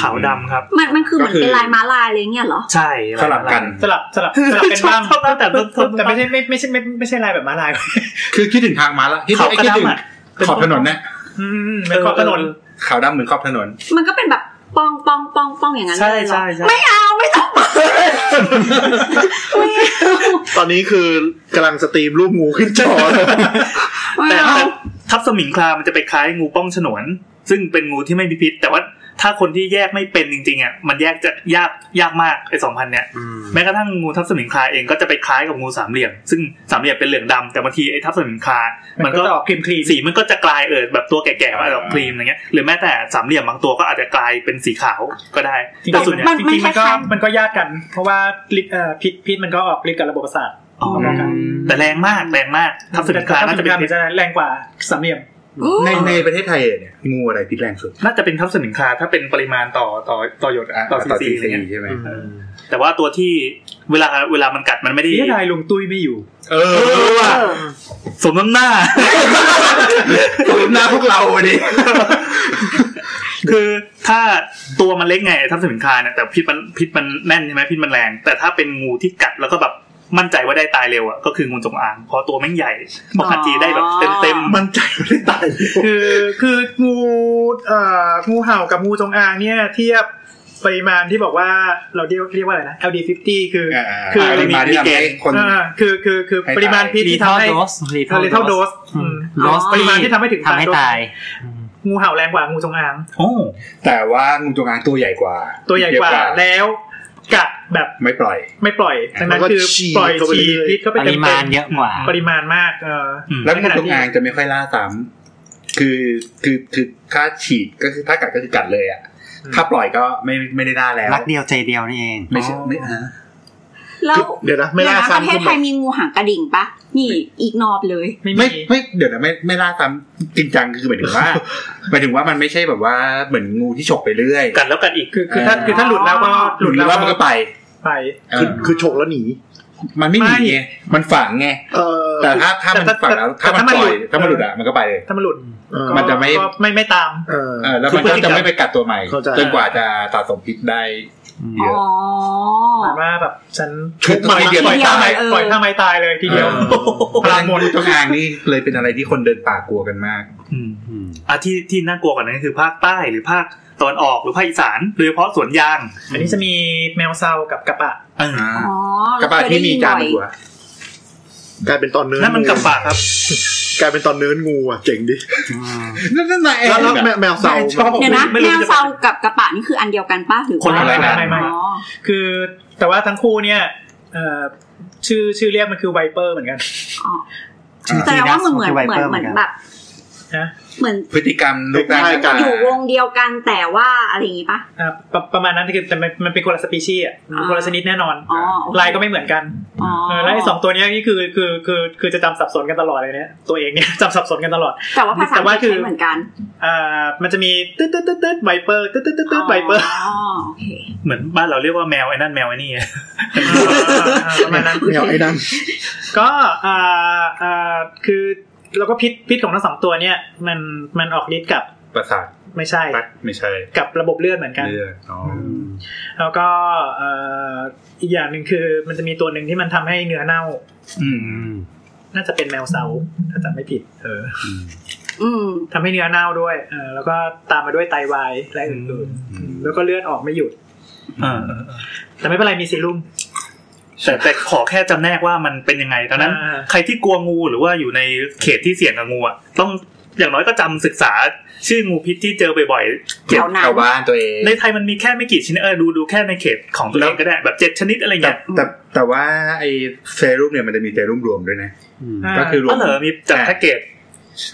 ขาวดำครับ มันมันคือเหมือน ก็คือ เป็นลายม้าลายอะไรเงี้ยเหรอ ใช่ สลับกัน ำสลับสลับสลับเป็นบ้าง ชอบตั้งแต่ต้น แต่ไม่ใช่ไม่ไม่ใช่ไม่ไม่ใช่ลายแบบม้าลาย คือคิดถึงทางม้าละคิดถึ เขา งไอ้ กระ คิดถึง ดำอ่ะ ขอบถนนนะ อืมเหมือนขอบถนน ขาวดำเหมือนขอบถนน มันก็เป็นแบบป้องป้องป้องป้องอย่างนั้น ใช่ เลยเหรอ ใช่ใช่ ไม่เอาไม่ต้องไม่เอา ตอนนี้คือกำลังสตรีมรูปงูขึ้นจอเลย ไม่ แต่ เอา แต่ทับสมิงคลามันจะไปคล้ายงูป้องฉนวน ซึ่งเป็นงูที่ไม่มีพิษ แต่ว่าถ้าคนที่แยกไม่เป็นจริงๆอ่ะมันแยกจะยากยากมากไอ้สองพันเนี้ย แม้กระทั่งงูทับสมิงคลาเองก็จะไปคล้ายกับงูสามเหลี่ยม ซึ่งสามเหลี่ยมเป็นเหลืองดำแต่บางทีไอ้ทับสมิงคลา มั มัน น ก็ ก็ จะออกครีมครีม สีมันก็จะกลายเออแบบตัวแก่ๆมาแบบครีมอะไรเงี้ย หรือแม้แต่สามเหลี่ยมบางตัวก็อาจจะกลายเป็นสีขาวก็ได้ แต่ส่วนใหญ่ จริงๆมันก็มันก็ยากกัน เพราะว่าลิเอ่อพิษพิษมันก็ออกฤทธิ์กับระบบประสาท อ๋อแต่แรงมากแรงมากทับสมิงคลาน่าจะเป็นพิษ จะแรงกว่าสามเหลี่ยม ในในประเทศไทยเนี่ยงูอะไรพิษแรงสุด น่าจะเป็นทับสมิงคลาถ้าเป็นปริมาณต่อต่อต่อหยด อ่ะ ต่อซี ต่อ ซี ซี อะไร ซี เงี้ย ใช่ไหม แต่ว่าตัวที่เวลาเวลามันกัดมันไม่ได้ นี่นายลุงตุ้ยไม่อยู่ เออ เออว่ะสมน้ำหน้า ตูมหน้าพวกเราอะดิ คือถ้าตัวมันเล็กไงทับสินค้าเนี่ยแต่พิษมันพิษมันแน่นใช่ไหมพิษมันแรง แต่ถ้าเป็นงูที่กัดแล้วก็แบบมั่นใจว่าได้ตายเร็วอ่ะก็คืองูจงอางเพราะตัวแม่งใหญ่พอกัดทีได้แบบเต็มเต็มๆ มันใจไม่ได้ตาย คือคืองูเอ่องูเห่ากับงูจงอางเนี่ยเทียบปริมาณที่บอกว่าเราเรียกเรียกว่าอะไรนะ LD50 คือ อ่า คือ ปริมาณที่ทำให้คน อ่าคือคือคือ ให้ตาย ปริมาณพิษที่ทำให้ lethal dose อืม ปริมาณที่ทำให้ถึง ทำให้ตาย งูเห่าแรงกว่างูจงอาง โอ้ แต่ว่างูจงอางตัวใหญ่กว่า ตัวใหญ่กว่า เยอะ แล้วกัดแบบ ไม่ปล่อย ไม่ปล่อยดังนั้นคือปล่อยฉีดพิษเข้าไป ป เต็ ริ ม มาณ ๆ เยอะกว่า ปริมาณมากเออ แล้ว ใน งู ขณะ จงอางจะไม่ค่อยล่าซ้ำคือคือคือค่าฉีดก็คือถ้ากัดก็คือกัดเลยอ่ะ อืม ถ้าปล่อยก็ไม่ไม่ได้ล่าแล้ว รักเดียวใจเดียวนี่เอง ไม่ใช่ไม่อ่า แล้ว เดี๋ยวนะไม่ล่า เดี๋ยวนะประ ซ้ำ เทศ ขึ้น ไทยมีงูหางกระดิ่งปะนี่อีกนอบเลย ไม่ ไม่ มี ไม่เดี๋ยวนะไม่ไม่ล่าซ้ำจริงจังคือหมายถึงว่าหมายถึงว่ามันไม่ใช่แบบว่าเหมือนงูที่ฉกไปเรื่อย กัดแล้วกัดอีก คือคือถ้า เออ คือถ้าหลุดแล้วก็ ห หลุลุด ด แล้ แล้ว ว ว่ามันก็ไป ไป คือคือฉกแล้วหนี มันไม่หนี ไม่ ไงมันฝังไง เออ แต่ถ้าถ้ามัน แต่ถ้า ฝังแล้ว แต่ ถ้ามัถ้านมัน ปล่อย หลุด ถ้ามันหลุดอ่ะมันก็ไปเลย ถ้ามันหลุด เออ มันจะไม่ ก็ไม่ไม่ตาม เออ เออแล้วมัน คือพฤ ก็ ติกร จะ รม ไม่ไปกัดตัวใหม่ เข้าใจ จนกว่าจะสะสมพิษได้เย อ๋ อะ อ หมายว่าแบบฉัน ชุบปล่มาอย เดียว ปล่อย เดียว ท่าไม้ เออ ปล่อยท่าไม้ตายเลยทีเดียว ออพลังมนต์ตรงอ่างนี่เลยเป็นอะไรที่คนเดินป่ากลัวกันมาก อืมอ่ะที่ที่น่ากลัวกว่านั้นก็คือภาคใต้หรือภาค ตะวันออกหรือภาคอีสานโดยเฉพาะสวนยาง อันนี้จะมีแมวเซากับกระปะ เออ อ่า อ๋อก ระบะที่มีการหัว กลายเป็นตอนเนื้อ นั่นมัน งู กระปะครับ กลายเป็นตอนเนื้องูอ่ะเจ๋งดิ อืม นั่นนั่นนายแอน แล้วแล้วแมวแมวเซา แอนชอบ เดี๋ยวนะแมวเซากับกระปะนี่คืออันเดียวกันป้าหรือ คนละ ว่า ไรนะ ไม่ไม่ อ๋อ คือแต่ว่าทั้งคู่เนี่ยเอ่อชื่อชื่อเรียกมันคือไวเปอร์เหมือนกัน อ๋อ จริงๆ แสดงว่า ะ มันเหมือน ไว เหมือ ป น ร์ เหมือน กั แบบ นะ เหมือน พฤติกรรมลูกหน้าหน้าตา อยู่วงเดียวกันแต่ว่าอะไรอย่างงี้ปะ อ่าประประมาณนั้นคือแต่มันมันเป็นคนละสปีชีส์อ่ะ อ่า คนละชนิดแน่นอน อ๋อโอเค ลายก็ไม่เหมือนกัน อ๋อ เออแล้วไอ้สองตัวเนี้ยนี่คือคือคือคือจะจำสับสนกันตลอดเลยเนี่ย ตัวเองเนี่ยจำสับสนกันตลอด แต่ว่าภาษา แต่ว่า อังก คื ฤษ อ ไม่เหมือนกัน อ่ามันจะมีตึ๊ดตึ๊ดตึ๊ดตึ๊ดไวเปอร์ตึ๊ดตึ๊ดตึ๊ดตึ๊ดไวเปอร์ อ๋อโอเค เหมือนบ้านเราเรียกว่าแมวไอ้นั่นแมวไอ้นี่ อ่าประมาณนั้น แมวไอ้นั่น ก็อ่าอ่าคือแล้วก็พิษพิษของทั้งสองตัวเนี่ยมันมันออกฤทธิ์กับ ประสาท ไม่ใช่ ปะไม่ใช่ กับระบบเลือดเหมือนกัน เลือดอ๋อ แล้วก็เอ่ออีกอย่างหนึ่งคือมันจะมีตัวหนึ่งที่มันทำให้เนื้อเน่า อืม อืม น่าจะเป็นแมวเซาถ้าจำไม่ผิดเออ อืม ทำให้เนื้อเน่าด้วยเออแล้วก็ตามมาด้วยไตวายและอื่น อืม ๆแล้วก็เลือดออกไม่หยุด เออเออ แต่ไม่เป็นไรมีซีรุ่ม แต่แต่ขอแค่จำแนกว่ามันเป็นยังไงเท่านั้น อ่า ใครที่กลัวงูหรือว่าอยู่ในเขตที่เสี่ยงกับงูอ่ะต้องอย่างน้อยก็จำศึกษา ชื่องูพิษที่เจอบ่อยๆเก็บ แถวนั้น เข้าบ้านตัวเอง ในไทยมันมีแค่ไม่กี่ชนิดเออดูดูแค่ในเขตของตัวเองก็ได้แบบเจ็ดชนิดอะไร แต่ เงี้ย แต่แต่ว่าไอ้เซรุ่มเนี่ยมันจะมีเซรุ่มรวมด้วยนะ อืม อ่า ก็คือรว อ๋ ม อเหรอมีจัดแพ็กเกจ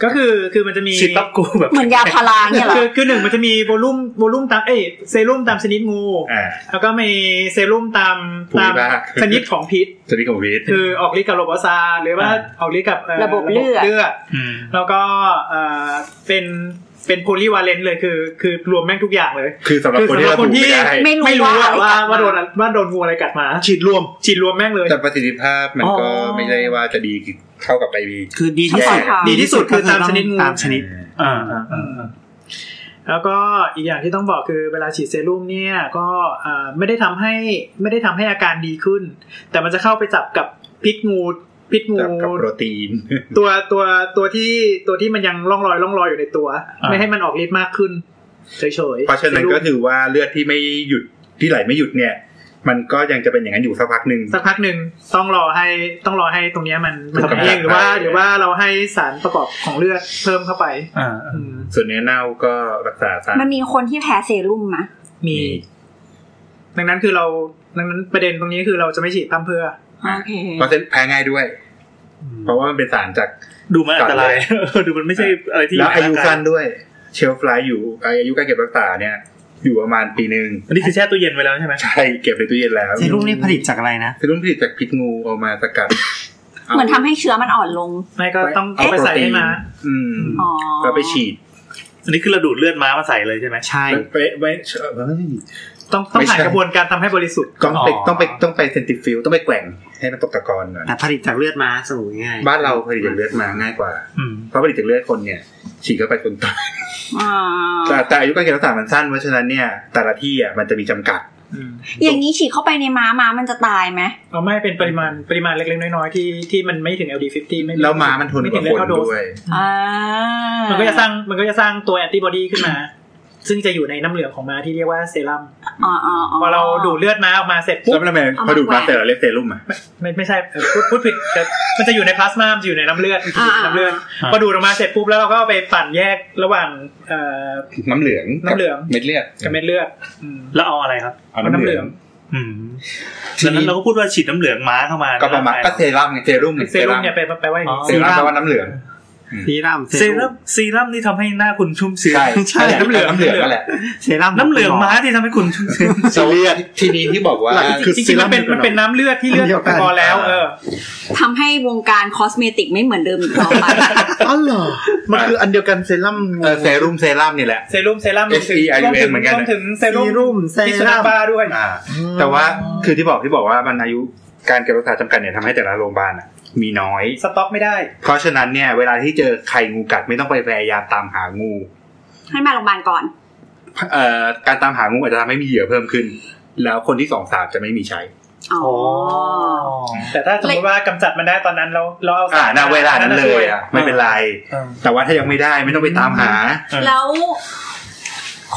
ก็คือคือมันจะมี ชิตับกูแบบ เหมือนยาพาราเนี่ยเหรอ คือคือหนึ่งมันจะมีโวลุ่มโวลุ่มตามเอ้ยเซรุ่มตามชนิดงู อ่า แล้วก็มีเซรุ่มตาม ภูมิ ตาม ภาค ชนิดของพิษ สวัสดีครับพีท คือออกฤทธิ์กับโรบอซาหรือว่าออกฤทธิ์กับเอ่อ ระบบเลือด เลือด อืม แล้วก็เอ่อเป็นเป็นโพลีวาเลนต์เลยคือ คือรวมแม่งทุกอย่างเลย คือสำหรับ คือ คนที่ สำหรับเราคน ดู ที่ ไม่ได้ ไม่รู้ ไม่รู้อะว่าว่าโดน อะไร อะว่าโดนงูอะไรกัดมา ฉีดรวม ฉีดรวมแม่งเลย แต่ประสิทธิภาพมันก็ไม่ได้ว่าจะดีเท่ากับไอวี คือดีที่สุด แย่ กัดมา ดีที่สุดคือตามชนิดงู ตามชนิด อ่าอ่าอ่า แล้วก็อีกอย่างที่ต้องบอกคือเวลาฉีดเซรุ่มเนี่ยก็เอ่อไม่ได้ทำให้ไม่ได้ทำให้อาการดีขึ้น แต่มันจะเข้าไปจับกับพิษงูพิษงู กับกับโปรตีน ตัวตัวตัวที่ตัวที่มันยังล่องรอยล่องรอยอยู่ในตัว ไม่ให้มันออกฤทธิ์มากขึ้นเฉยๆ เพราะฉะนั้นก็ถือว่าเลือดที่ไม่หยุดที่ไหลไม่หยุดเนี่ย มันก็ยังจะเป็นอย่างนั้นอยู่สักพักหนึ่ง สักพักหนึ่งต้องรอให้ต้องรอให้ตรงเนี้ยมันมัน ถูกกำจัด ทำเองหรือว่า ไป หรือว่าเราให้สารประกอบของเลือดเพิ่มเข้าไป อ่า อืม ส่วนเนื้อเน่าก็รักษาตาม มันมีคนที่แพ้เซรุ่มมะ มี ดังนั้นคือเราดังนั้นประเด็นตรงนี้คือเราจะไม่ฉีดพั่มเพรื่อ โอเค เพราะฉะนั้นแพ้ง่ายด้วย เพราะว่ามันเป็นสารจาก ดูมันอันตราย กั ดูมันไม่ใช่อะไรที่ แล้วอายุ ใร่งก สั้นด้วย เชลฟไลท์อยู่อายุการเก็บรักษาเนี่ย อยู่ประมาณปีหนึ่ง อันนี้คือแช่ตู้เย็นไว้แล้วใช่ไหม ใช่เก็บในตู้เย็นแล้ว เซรุ่มนี่ผลิตจากอะไรนะ เซรุ่มผลิตจากพิษงูเอามาสกัดา เหมือนทำให้เชื้อมันอ่อนลง ไม่ก็ต้องเอาไป โร ใส่ให้มา อืม อ๋อ แล้วไปฉีด อันนี้คือเราดูดเลือดม้ามาใส่เลยใช่ไหม ใช่ ไปไป ต้องต้อง ไม่ใช่ ผ่านกระบวนการทำให้บริสุทธิ์ ต้องไป อ๋อ ต้องไปต้องไปเซนติฟิลต้องไปแกว่งให้มันตกตะกอนก่อน แต่ผลิตจากเลือดม้าสรุปง่ายๆ บ้านเราผลิตจากเลือดมาง่ายกว่า อืม เพราะผลิตจากเลือดคนเนี่ย ฉีดเข้าไปคนตาย อ่า แต่แต่อายุการเก็บรักษามันสั้นเพราะฉะนั้นเนี่ยแต่ละที่อ่ะมันจะมีจำกัด อย่างนี้ฉีดเข้าไปในม้าม้ามันจะตายไหม เอาไม่เป็นปริมาณปริมาณเล็กๆน้อยๆที่ที่มันไม่ถึง LD50 ไม่ แล้วมามันทน ไม่ ก ถึ ว่าง เล คน เท่าโดส ด้วย อ่ามั มันก็จะสร้างมันก็จะสร้างตัวแอนติบอดีขึ้นมา ซึ่งจะอยู่ในน้ำเหลืองของม้าที่เรียกว่าเซรั่ม อ๋ออ๋ออ๋อ พอเราดูดเลือดม้าออกมาเสร็จปุ๊ แล้ บ วมันทำไม เอามา พอดูดมา แกว่ง เสร็จแล้วเรียกเซรุ่มอ่ะ ไม่ไม่ใช่เออพูดพูดผิดแต่มันจะอยู่ในพลาสมามันจะอยู่ในน้ำเลือด อ่า น้ำเลือด อ่า พอดูดออกมาเสร็จปุ๊บแล้วเราก็เอาไปปั่นแยกระหว่างเอ่อ น้ำเหลือง น้ำเหลือง เม็ดเลือด กับเม็ดเลือดอืม แล้วเอาอะไรครับ เอาน้ำเหลือง อืม ที ดัง นี้ นั้นเราก็พูดว่าฉีดน้ำเหลืองม้าเข้ามา ก็ประมาณ ใน ก็ ง เซรั่มไงเซรุ่มไง เซรั่มเนี่ยไปไปว่าอย่าง เซ นี้ รั่มแปลว่าน้ำเหลือง ซีรั่ม เซรั่มซีรั่มที่ทำให้หน้าคุณชุ่มชื้น ใช่ใช่น้ำเหลืองน้ำเหลืองนั่นแหละ เซรั่ม น้ำเหลืองม้าที่ทำให้คุณชุ่มชื้น ซีเรียส ทีนี้ที่บอกว่า หลักคือ จริงๆมันเป็นมันเป็นน้ำเลือดที่เลือดตกตะกอนแล้วเออ ทำให้วงการคอสเมติกไม่เหมือนเดิมอีกต่อ ไป อ๋อเหรอมันคืออันเดียวกันเซรั่มงู เออเซรุ่มเซรั่มเนี่ยแหละ เซรุ่มเซรั่ม SEIUM รวมถึง เหมือนกัน รวมถึงเซ เซ รุ่ม รุ่มเซ พิษสุนั รั่ ข ม บ้าด้วย อ่า แต่ว่าคือที่บอกที่บอกว่ามันอายุการเก็บรักษาจำกัดเนี่ยทำให้แต่ละโรงพยาบาลอะมีน้อย สต็อกไม่ได้ เพราะฉะนั้นเนี่ยเวลาที่เจอใครงูกัดไม่ต้องไปพยายามตามหางู ให้มาโรงพยาบาลก่อน เอ่อการตามหางูอาจจะทำให้มีเหยื่อเพิ่มขึ้น แล้วคนที่สองสามจะไม่มีใช้ อ๋อ แต่ถ้าสมมติว่ากำจัดมันได้ตอนนั้นเราเราเอา อ่า สาร ณเวลานั้นเลยอ่ะไม่เป็นไร เออ แต่ว่าถ้ายังไม่ได้ไม่ต้องไปตามหา แล้ว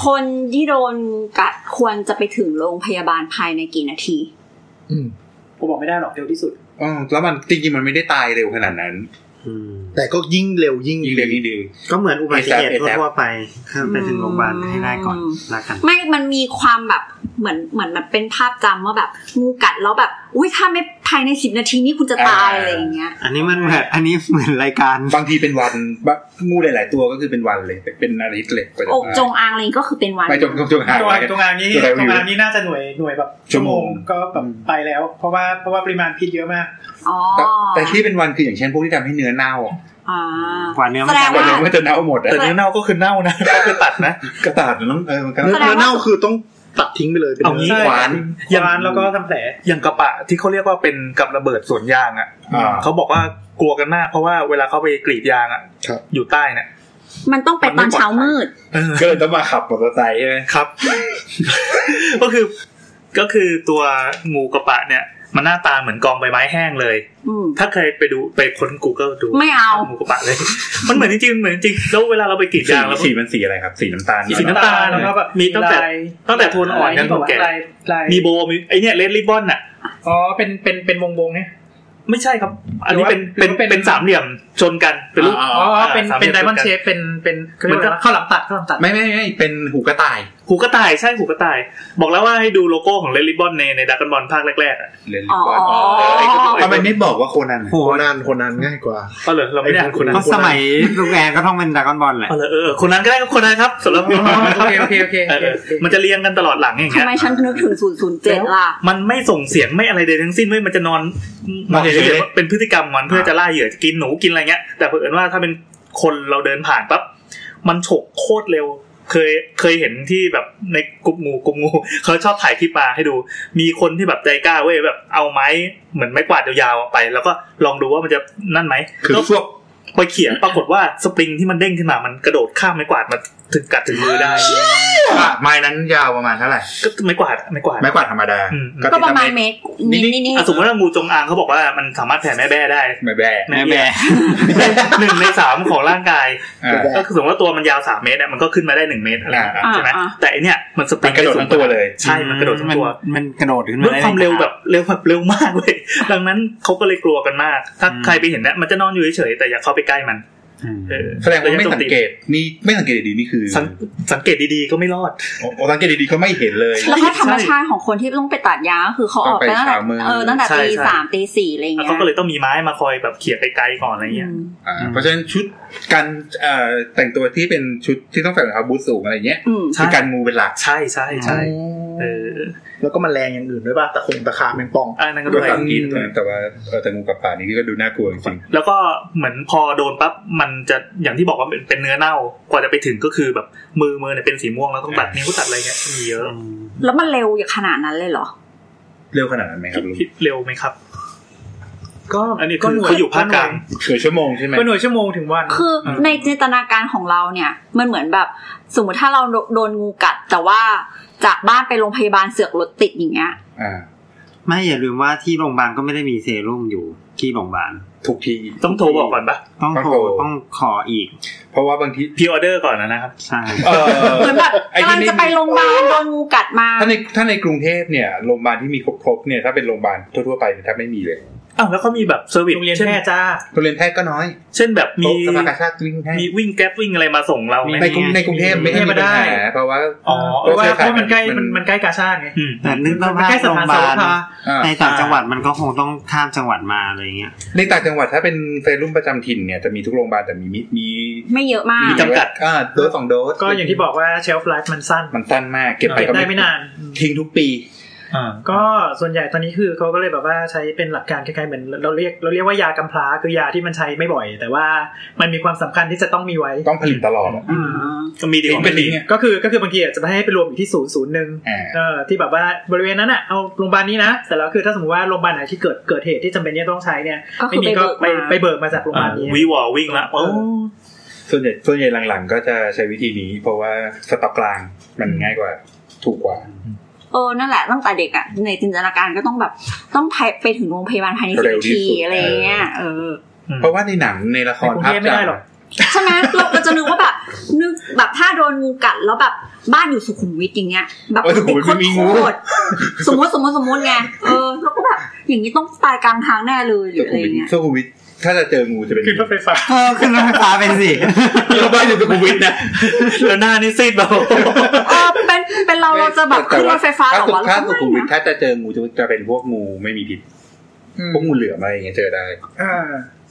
คนที่โดนงูกัดควรจะไปถึงโรงพยาบาลภายในกี่นาที อืม ผมบอกไม่ได้หรอกเร็วที่สุด อ๋อแล้วมันจริงๆมันไม่ได้ตายเร็วขนาดนั้น อืม แต่ก็ยิ่งเร็วยิ่ง ยิ่งเร็วยิ่งดี ก็เหมือนอุบัติเหตุ เอแซป ทั่วๆไปคือไปถึงโรงพยาบาลให้ได้ก่อน อืม ละกัน ไม่มันมีความแบบเหมือนเหมือนแบบเป็นภาพจำว่าแบบงูกัดแล้วแบบ อุ้ยถ้าไม่ภายในสิบนาทีนี้คุณจะตาย อ่า อะไรอย่างเงี้ย อันนี้มันแบบอันนี้เหมือนรายการ บางทีเป็นวันบะงูหลายๆตัวก็คือเป็นวันเลย เป็นอาทิตย์เลยกว่าจะ อกจงอางอะไรก็คือเป็นวัน ไปจงจงจงหาย ตัว ไป ตัวงานนี้ ตัวอะไร ตัว อยู่ งานนี้น่าจะหน่วยหน่วยแบบ ชั่วโมง ก็แบบไปแล้ว เพราะว่าเพราะว่าปริมาณพิษเยอะมาก อ๋อ แต่แต่ที่เป็นวันคืออย่างเช่นพวกที่ทำให้เนื้อเน่าอะ อ่าก ว่าเนื้อมั แส น ด จะ ง กว่า ว่า เนื้อมันจะเน่าหมดอะ แต่เนื้อเน่าก็คือเน่านะก็คือตัดนะ กระตาดมันต้องเออมันก็ เนื้อ แสดงว่า เนื้อเน่าคือต้องตัดทิ้งไปเลยเป็น เอางี้ เนื้อ ขวาน ขวานแล้วก็ทำแผล อย่างกระปะที่เขาเรียกว่าเป็นกับระเบิดสวนยางอ่ะ อ่า เขาบอกว่ากลัวกันมากเพราะว่าเวลาเขาไปกรีดยางอ่ะ ครับ อยู่ใต้เนี่ย มันต้องไปตอนเช้ามืด เออ ก็เลยต้องมาขับมอเตอร์ไซค์ใช่ไหม ครับ ก็คือก็คือตัวงูกระปะเนี่ย มันหน้าตาเหมือนกองใบไม้แห้งเลย อืม ถ้าใครไปดูไปค้น Google ดู ไม่เอา งูกระปะเลย มันเหมือนจริงๆเหมือนจริงแล้วเวลาเราไปกรีด สี ยาง แล้ว สีมันสีอะไรครับ สีน้ำตาล สีน้ำตาล แล้วก็แบบ มีตั้งแต่ ลาย ตั้งแต่โทนอ่อนยันโทนแก่ ลายลาย มีโบว์มีไอเนี่ยเลดริบบอนน่ะ อ๋อเป็นเป็นเป็นวงวงๆเนี่ย ไม่ใช่ครับ อันนี้เป็น หรื เป็ อน ว่าเป็น เป็นสามเหลี่ยมชนกันเป็นรูป อ่า อ๋อเป็น สามเหเป็ลี่น ยม ไดมอนด์ เหมือนเชกันฟเป็นเป็นเขาเรียก เหมือนกั ว่า บ ข้าวหลามตัดข้าวหลามตัด ๆไม่ไม่ไม่เป็นหูกระต่าย หูกระต่ายใช่หูกระต่าย บอกแล้วว่าให้ดูโลโก้ของเลดริบบอนในในดักกันบอลภาคแรกๆอ่ะ เรนลิปอน อ๋อ เออไอ้ตัวทำไมไม่บอกว่าโคนันอะ โห คนนั้นคนนั้นง่ายกว่า ก็เลยเราไม่ได้อ่านคนนั้น ก็สมัยลูกแอนก็ต้องเป็นดรากอนบอลแหละ ก็เลยเออคนนั้นก็ได้ครับคนนั้นครับสำหรับ อ๋อโอเคโอเคโอเค เออเออมันจะเรียงกันตลอดหลังอย่าง ทำ เงี้ย ไมฉันนึกถึงศูนย์ศูนย์เจ็ดล่ะ มันไม่ส่งเสียงไม่อะไรใดทั้งสิ้นไม่มันจะนอนนอนเฉยๆเป็นพฤติกรรมมันเพื่อจะล่าเหยื่อจะกินหนูกินอะไรเงี้ย แต่เผอิญว่าถ้าเป็นคนเราเดินผ่านปั๊บมันฉกโคตรเร็ว เคยเคยเห็นที่แบบในกลุ่มงูกลุ่มงู เขาชอบถ่ายคลิปมาให้ดู มีคนที่แบบใจกล้าเว้ยแบบเอาไม้เหมือนไม้กวาดยาวๆอะไป แล้วก็ลองดูว่ามันจะนั่นไหม คือ แล้ว พวก ไปเขียนปรากฏว่าสปริงที่มันเด้งขึ้นมามันกระโดดข้ามไม้กวาดมาถึงกัดถึงมือได้ อ่ะไม้นั้นยาวประมาณเท่าไหร่ ก็ไม้กวาดอะไม้กวาด ไม้กวาดธรรมดา อืม ก็ประมาณเมตร นี่ นี่ นี่ นี่นี่ อ่ะสมมติว่างูจงอางเขาบอกว่ามันสามารถแผ่แม่แบ้ได้ ไม่แบะ แม่แม่ หนึ่งในสามของร่างกาย อ่ะ ก็คือสมมติว่าตัวมันยาวสามเมตรอะมันก็ขึ้นมาได้หนึ่งเมตรอะไรอย่างเงี้ย อ่า ใช่ไหม อ่า แต่อันเนี้ยมันสปริง มันกระโดดทั้งตัวเลย ใช่ มันกระโดดทั้งตัว มันกระโดดขึ้นมา ด้วย ได้ ความเร็วแบบเร็วแบบเร็วมากเลย ดังนั้นเขาก็เลยกลัวกันมาก ถ้าใครไปเห็นเนี่ยมันจะนอนอยู่เฉยๆแต่อย่าเข้าไปใกล้มัน อืม เออ แสดงว่าไม่สังเกตนี่ไม่สังเกตดีๆนี่คือ สังสังเกตดีๆก็ไม่รอด โอ้โอ้สังเกตดีๆก็ไม่เห็นเลย แล้วก็ธรรมชาติของคนที่ต้องไปตัดยาก็คือเขาออกไปตั้งแต่ ต้องไปเช้ามืด เออตั้งแต่ ใช่ ตี ใช่ สามตีสี่อะไรอย่าง แล้ว เงี้ย เขาก็เลยต้องมีไม้มาคอยแบบเขี่ยไกลๆก่อนอะไร อื เงี้ย ม อ่าเพราะฉะนั้นชุดการเอ่อแต่งตัวที่เป็นชุดที่ต้องใส่รองเท้าบูทสูงอะไรเงี้ย อืม คือการงูเป็นหลัก ใช่ใช่ใช่เออ แล้วก็แมันแรงอย่างอื่นด้วยป่ะตะคงตะขาบแมงป่อง อันนั้นก็ ด้ ด้ ว วย ย การกินแต่ว่าเออแต่งูกับป่านี่ก็ดูน่ากลัวจริง แล้วก็เหมือนพอโดนปั๊บมันจะอย่างที่บอกว่าเป็นเป็นเนื้อเน่ากว่าจะไปถึงก็คือแบบมือมือเนี่ยเป็นสีม่วงแล้วต้องตัดนิ้วตัดอะไรเงี้ยมีเยอะ แล้วมันเร็วอย่างขนาดนั้นเลยเหรอ ๆเร็วขนาดนั้นไหมครับลุง ผิดเร็วไหมครับ ก็ อันนี้คือเขาอยู่ภาคกลาง เฉยชั่วโมงใช่ไหม ก็หน่วยชั่วโมงถึงวัน คือ อืม ในจินตนาการของเราเนี่ย มันเหมือนแบบสมมติถ้าเราโดนงูกัด แต่ว่าจากบ้านไปโรงพยาบาลเสือกรถติดอย่างเงี้ย อ่า ไม่อย่าลืมว่าที่โรงพยาบาลก็ไม่ได้มีเซรุ่มอยู่ที่โรงพยาบาล ทุกที ต้องโทรบอกก่อนปะ ต้อง ต้อง โทร โทร ต้องขออีก เพราะว่าบางที พรีออเดอร์ก่อนนะครับ ใช่ เออ เหมือนแบบ ไอ้กำที่ลังจะ นี่ ไปโรงพยาบาลโดนงูกัดมา ถ้าในถ้าในกรุงเทพเนี่ยโรงพยาบาลที่มีครบๆเนี่ยถ้าเป็นโรงพยาบาลทั่วๆไปเนี่ยแทบไม่มีเลย อ้าวแล้วเขามีแบบเซอร์วิส โรงเรียน เช่น แพทย์จ้า โรงเรียนแพทย์ก็น้อย เช่นแบบมี โต๊ะสภากาชาติวิ่งให้ มีวิ่งแก๊ปวิ่งอะไรมาส่งเราไหม ในกรุงในกรุงเทพไม่ให้มีปัญไม่หาได้ เพราะว่า อ๋อ เพราะว่า โอเค เพราะมันใกล้ มั มัน นมันใกล้กาชาดไง อืม แต่นึก มั ภาน พว่า ใกล้ส โรงพ ถาน ยา สา บาร ล พา อ่า ในต่างจังหวัดมันก็คงต้องข้ามจังหวัดมาอะไรเงี้ย ในต่างจังหวัดถ้าเป็นเซรุ่มประจำถิ่นเนี่ยจะมีทุกโรงพยาบาลแต่มีมิมี ไม่เยอะมาก ำ มีจำกัด อ่าโดสสองโดส ก็อย่างที่บอกว่าเชลฟ์ไลฟ์มันสั้น มันสั้นมากเก็บไปก็ ได้ไม่นาน ทิ้งทุกปี อ่า ก็ส่วนใหญ่ตอนนี้คือเขาก็เลยแบบว่าใช้เป็นหลักการคล้ายๆเหมือนเราเรียกเราเรียกว่ายากำพร้าคือยาที่มันใช้ไม่บ่อย แต่ว่ามันมีความสำคัญที่จะต้องมีไว้ ต้องผลิตตลอดอะ อ่า ก็มีดี ทิ้ ก ง ว่า ไป ไม่ ทิ้ ดี งอะ ก็คือก็คือบางทีอาจจะไม่ให้ไปรวมอยู่ที่ศูนย์ศูนย์หนึ่ง อ่า เออที่แบบว่าบริเวณนั้นอ่ะเอาโรงพยาบาลนี้นะแต่แล้วคือถ้าสมมติว่าโรงพยาบาลไหนที่เกิดเกิดเหตุที่จำเป็นที่จะต้องใช้เนี่ย ก็คื ไม่ อ มีก็ไป ไปเบิกมา ไปเบิกมาจากโรงพยา อ่า บาลนี้ วีวอลวิ่งละโอ้ ส่วนใหญ่ส่วนใหญ่หลังๆ ก็จะใช้วิธีนี้ เพราะว่าสต็อกกลางมันง่ายกว่าถูกกว่า เออนั่นแหละตั้งแต่เด็กอะในจินตนาการก็ต้องแบบต้องไปไปถึงโรงพยาบาลภายในสิบ เร็ว นา ที่ ที สุด อะไรอย่างเงี้ยเออ เพราะว่าในหนังในละค ใน ร กรุง ภา เท พ พไม่ได้หรอก จำ ใช่ไหมเราเราจะนึกว่าแบบนึกแบบถ้าโดนงูกัดแล้วแบบบ้านอยู่สุขุมวิทอย่างเงี้ย แบบ โอ้ยสุขุมวิท คน ไม่มีงู โคตรสมมติสมมติสมมติไงเออแล้วก็แบบอย่างนี้ต้องตายกลางทางแน่เลยหรืออะไรเงี้ย สุขุมวิทถ้าจะเจองูจะเป็น ขึ้นรถไฟฟ้า เออขึ้นรถไฟฟ้าเป็นสิ เราบ้านอยู่สุ ขุมวิทนะ แล้วหน้านี่ซีดแบบ เออเป็นเป็นเราเราจะแบบขึ้นรถไฟฟ้าเหรอวะ ถ้า เรา สุ ก็ ขุม ไม่ วิท นะ ถ้าจะเจองูจะจะเป็นพวกงูไม่มีพิษ อืม พวกงูเหลือมอะไรอย่างเงี้ยเจอได้ อ่า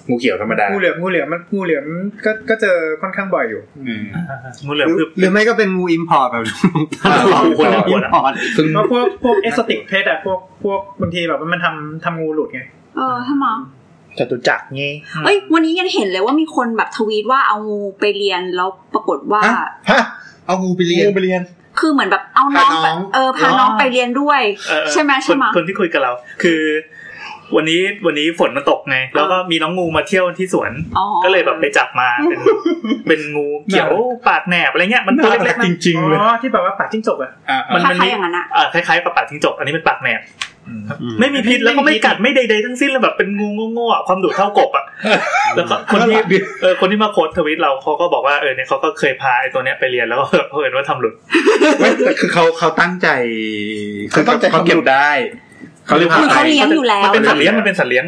งูเขียวธรรมดา งูเหลือมงูเหลือมมันงูเหลือมก็ก็เจอค่อนข้างบ่อยอยู่ อืม งูเหลือมคือ หรือไม่ก็เป็นงูอิมพอร์ตแบบ องูคนละคน พอร์ต ซึ่ง เพราะพวกพวกเอสติกเพชอะพวกพวกบางทีแบบว่ามันทำทำงูหลุดไง เออทำไม จตุจักรไง เอ้ยวันนี้ยังเห็นเลยว่ามีคนแบบทวีตว่าเอางูไปเรียนแล้วปรากฏว่า ฮะฮะเอางูไปเลี้ยง งูไปเรียน คือเหมือนแบบเอาน้องไป พาน้อง เออพาน้องไปเรียนด้วย เออ ใช่ไหม คน ใช่ไหม คนที่คุยกับเรา คือ วันนี้วันนี้ฝนมันตกไง แล้วก็มีน้องงูมาเที่ยวที่สวน อ๋อ ก็เลยแบบไปจับ มาเป็นเป็นงูเขียวปากแหนบอะไรเงี้ยมันตัวเล็กๆนะ จริง อ๋ ๆเลย อที่แบบว่าปากจิ้งจกอะ อ่ะ มัคอ่ะล้ายๆอย่างนั้นอะ เคล้ายๆกับปากทิ้งจกอันนี้เป็นปากแหนบไม่มีพิษแล้วก็ไม่กัดไม่ใดๆทั้งสิ้นเลยแบบเป็นงูโง่ๆอะความดุเท่ากบ อ่ะแล้วก็คนที่เออคนที่มาโค้ดทวิตเราเขาก็บอกว่าเออเนี่ยเขาก็เคยพาไอ้ตัวเนี้ยไปเรียนแล้วก็เออเห็นว่าทำหลุด ไม่แต่คือเขาเขาตั้งใจ เขาตั้งใจ เขาเก็บได้เขาเรียกว่า คือเขาเลี้ยงอยู่แล้ว มันเป็นสัตว์เลี้ยงมันเป็นสัตว์เลี้ยง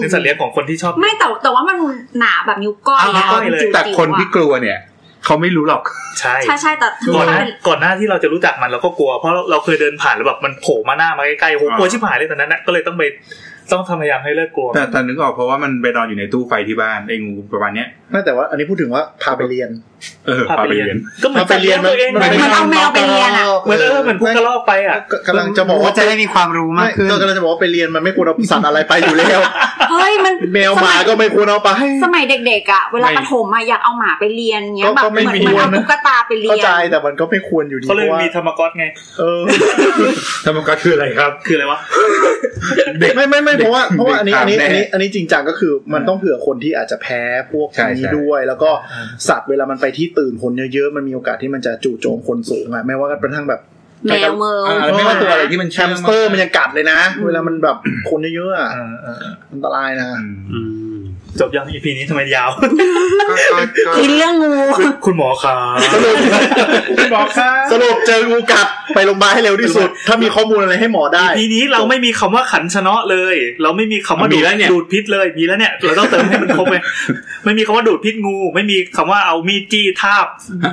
เป็นสัตว์เลี้ยงของคนที่ชอบ ไม่แต่แต่ว่ามันหนาแบบนิ้วก้อย เอานิ้วก้อยเลย จิ๋วๆ แต่คนที่ อะ กลัวเนี่ยเขาไม่รู้หรอก ใช่ ใช่ใช่แต่ถือ ก่อ ว่านมันหน้า เป็น ก่อนหน้าที่เราจะรู้จักมันเราก็กลัว เพราะเราเคยเดินผ่านแล้วแบบมันโผล่มาหน้ามาใกล้ๆโห อ่า กลัวชิบหายเลยตอนนั้นนะก็เลยต้องไปต้องทำพยายามให้เลิกกลัว แต่แต่นึกออกเพราะว่ามันไปนอนอยู่ในตู้ไฟที่บ้านไอ้งูประมาณเนี้ย ไม่แต่ว่าอันนี้พูดถึงว่าพาไปเรียน เออพาไปเรียน ก็เหมือนสัตว์เลี้ยงตัวเอง พาไปเหรีมัยนเอาแมวไปเรียนอะ มือนเออเหมือนพวกกระรอกไปอ่ะ กำลังจะบอกว่า จะได้มีความรู้มาก ไม่ ขึ้น ก็กำลังจะบอกว่าไปเรียนมันไม่ควรเอาสัตว์อะไรไปอยู่แล้ว เฮ้ยมัน แมวหมาก็ไม่ควรเอาไป สมัยเด็กๆอะเวลา ไม่ ประถมอะอยากเอาหมาไปเรียนเงี้ ก็ ยแบบ ก็ เห ไม่ มือน มี เหมือนเอา นะ ตุ๊กตาไปเรีย เข้าน ใจแต่มันก็ไม่ควรอยู่ดี เขา เพ เลย ราะว่า มีธรรมกอสไง เออ ธรรมกายคืออะไรครับ คืออะไรวะ เด็ก ไม่ไม่ไม่เพราะว่าเพราะว่าอันนี้ เด็อักนนี้ ตามอันแน่นี้อันนี้จริงจังก็คือมันต้องเผื่อคนที่อาจจะแพ้พวก ใช่ใช่ นี้ด้วย แล้วก็สัตว์เวลามันไปที่ตื่นคนเยอะๆมันมีโอกาสที่มันจะจู่โจมคนสูงอะแม้ว่ากระทั่งแบบ แมวเมิง อ่าไม่ว่าตัวอะไรที่มัน แฮ ชื่ มสเตอร์มันยังกัดเลยนะ เวลามันแบบคนเยอะๆอะ เออเออเออ อันตรายนะ อืม อืม จบยังอีพีนี้ทำไมยาวก็ ก็ก็ กินเรื่องงู คุณหมอคะ สรุป บอกค่ะ สรุปเจองูกัดไปโรงพยาบาลให้เร็วที่สุด ถ้ามีข้อมูลอะไรให้หมอได้ อีพีนี้เราไม่มีคำว่าขันชนะเลย เราไม่มีคำว่าดูดดูดพิษเลยมีแล้วเนี่ยเราต้องเติม ให้มันครบเลยไม่มีคำว่าดูดพิษงู ไม่มีคำว่าเอามีดจี้ทาบ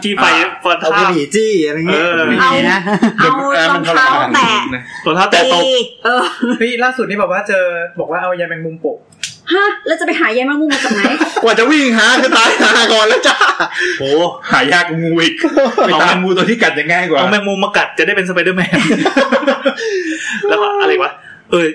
จี้ไปฟัน เอา ทา บุ บ หรี่จี้อะไรเงี้ย เออ ไม่มีนะ เอารองเท้าแตะ นะ รองเท้าแตะตบ ตีเออ เฮ้ยล่าสุดนี่แบบว่าเจอบอกว่าเอายาแมงมุมโปะ ฮะแล้วจะไปหายายแมงมุมมาจากไหน กว่าจะวิ่งหาคือตายหาก่อนแล้วจ้า โอ้หายากกว่างูอีกไปตามงูตัวที่กัดจะง่ายกว่า เอาแมงมุมมากัดจะได้เป็นสไปเดอร์แมน แล้วก็อะไรวะ เออ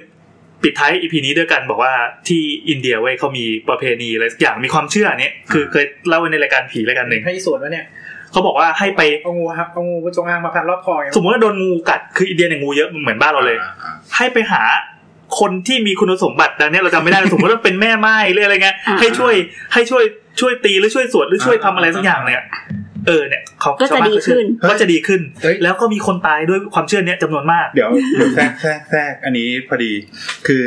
ปิดท้ายอีพีนี้ด้วยกันบอกว่าที่อินเดียเว้ยเขามีประเพณีอะไรสักอย่างมีความเชื่ออันนี้คือเคยเล่าไว้ในรายการผีรายการหนึ่ง ให้อีสวนวะเนี่ย เขาบอกว่าให้ไป เอางูครับเอางูจงอางมาพันรอบคอไง สมมติว่าโดนงูกัดคืออินเดียเนี่ยงูเยอะเหมือนบ้านเราเลย อ่า ให้ไปหาคนที่มีคุณสมบัติดังเนี้ยเราจำไม่ได้สมมติว่าเป็นแม่ไม้หรืออะไรเงี้ยให้ช่วยให้ช่วยช่วยตีหรือช่วยสวดหรือช่วยทำอะไรสักอย่างเนี่ยเออเนี่ยเขา ก็จะดีขึ้น ก็จะดีขึ้น แล้วก็มีคนตายด้วยความเชื่อเนี้ยจำนวนมาก เดี๋ยวเดี๋ยวแทรกแทรกแทรกอันนี้พอดีคือ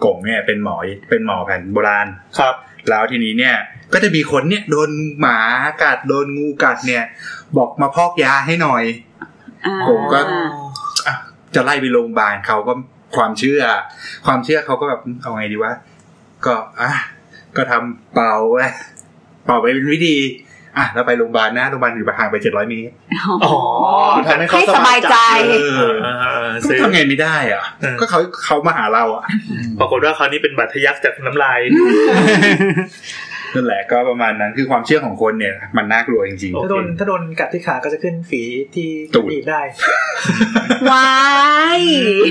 โกงเนี่ยเป็นหมอเป็นหมอแผนโบราณ ครับ แล้วทีนี้เนี่ยก็จะมีคนเนี่ยโดนหมากัดโดนงูกัดเนี่ย บอกมาพอกยาให้หน่อย อ่า ผมก็ อ่ะจะไล่ไปโรงพยาบาลเขาก็ความเชื่อ ความเชื่อเขาก็แบบเอาไงดีวะก็อ่ะก็ทำเป่าไปเป่าไปเป็นวิธีอ่ะแล้วไปโรงพยาบาลนะโรงพยาบาลอยู่ห่างไปเจ็ดร้อยเมตร อ๋อ ทำให้เขา ให้สบายใจ เออก็ทำไงไม่ได้อ่ะ เออ ก็เขาเขามาหาเราอ่ะ ปรากฏว่าคราวนี้เป็นบาดทะยักจากน้ำลาย นั่นแหละก็ประมาณนั้นคือความเชื่อของคนเนี่ย มันน่ากลัวจริง โอ้ ถ้าโดนถ้าโดนกัดที่ขาก็จะขึ้นฝีที่ ตูด อีบได้ ว้าย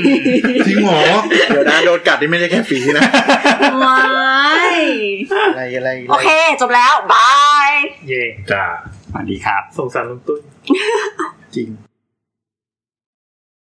ๆจริงเหรอ เดี๋ยวนะโดนกัดนี่ไม่ได้แค่ฝีนะ ว้าย อะไรอะไร โอเคจบแล้วบาย เย่ จ้า สวัสดีครับ สงสารลุงตุ้ย จริง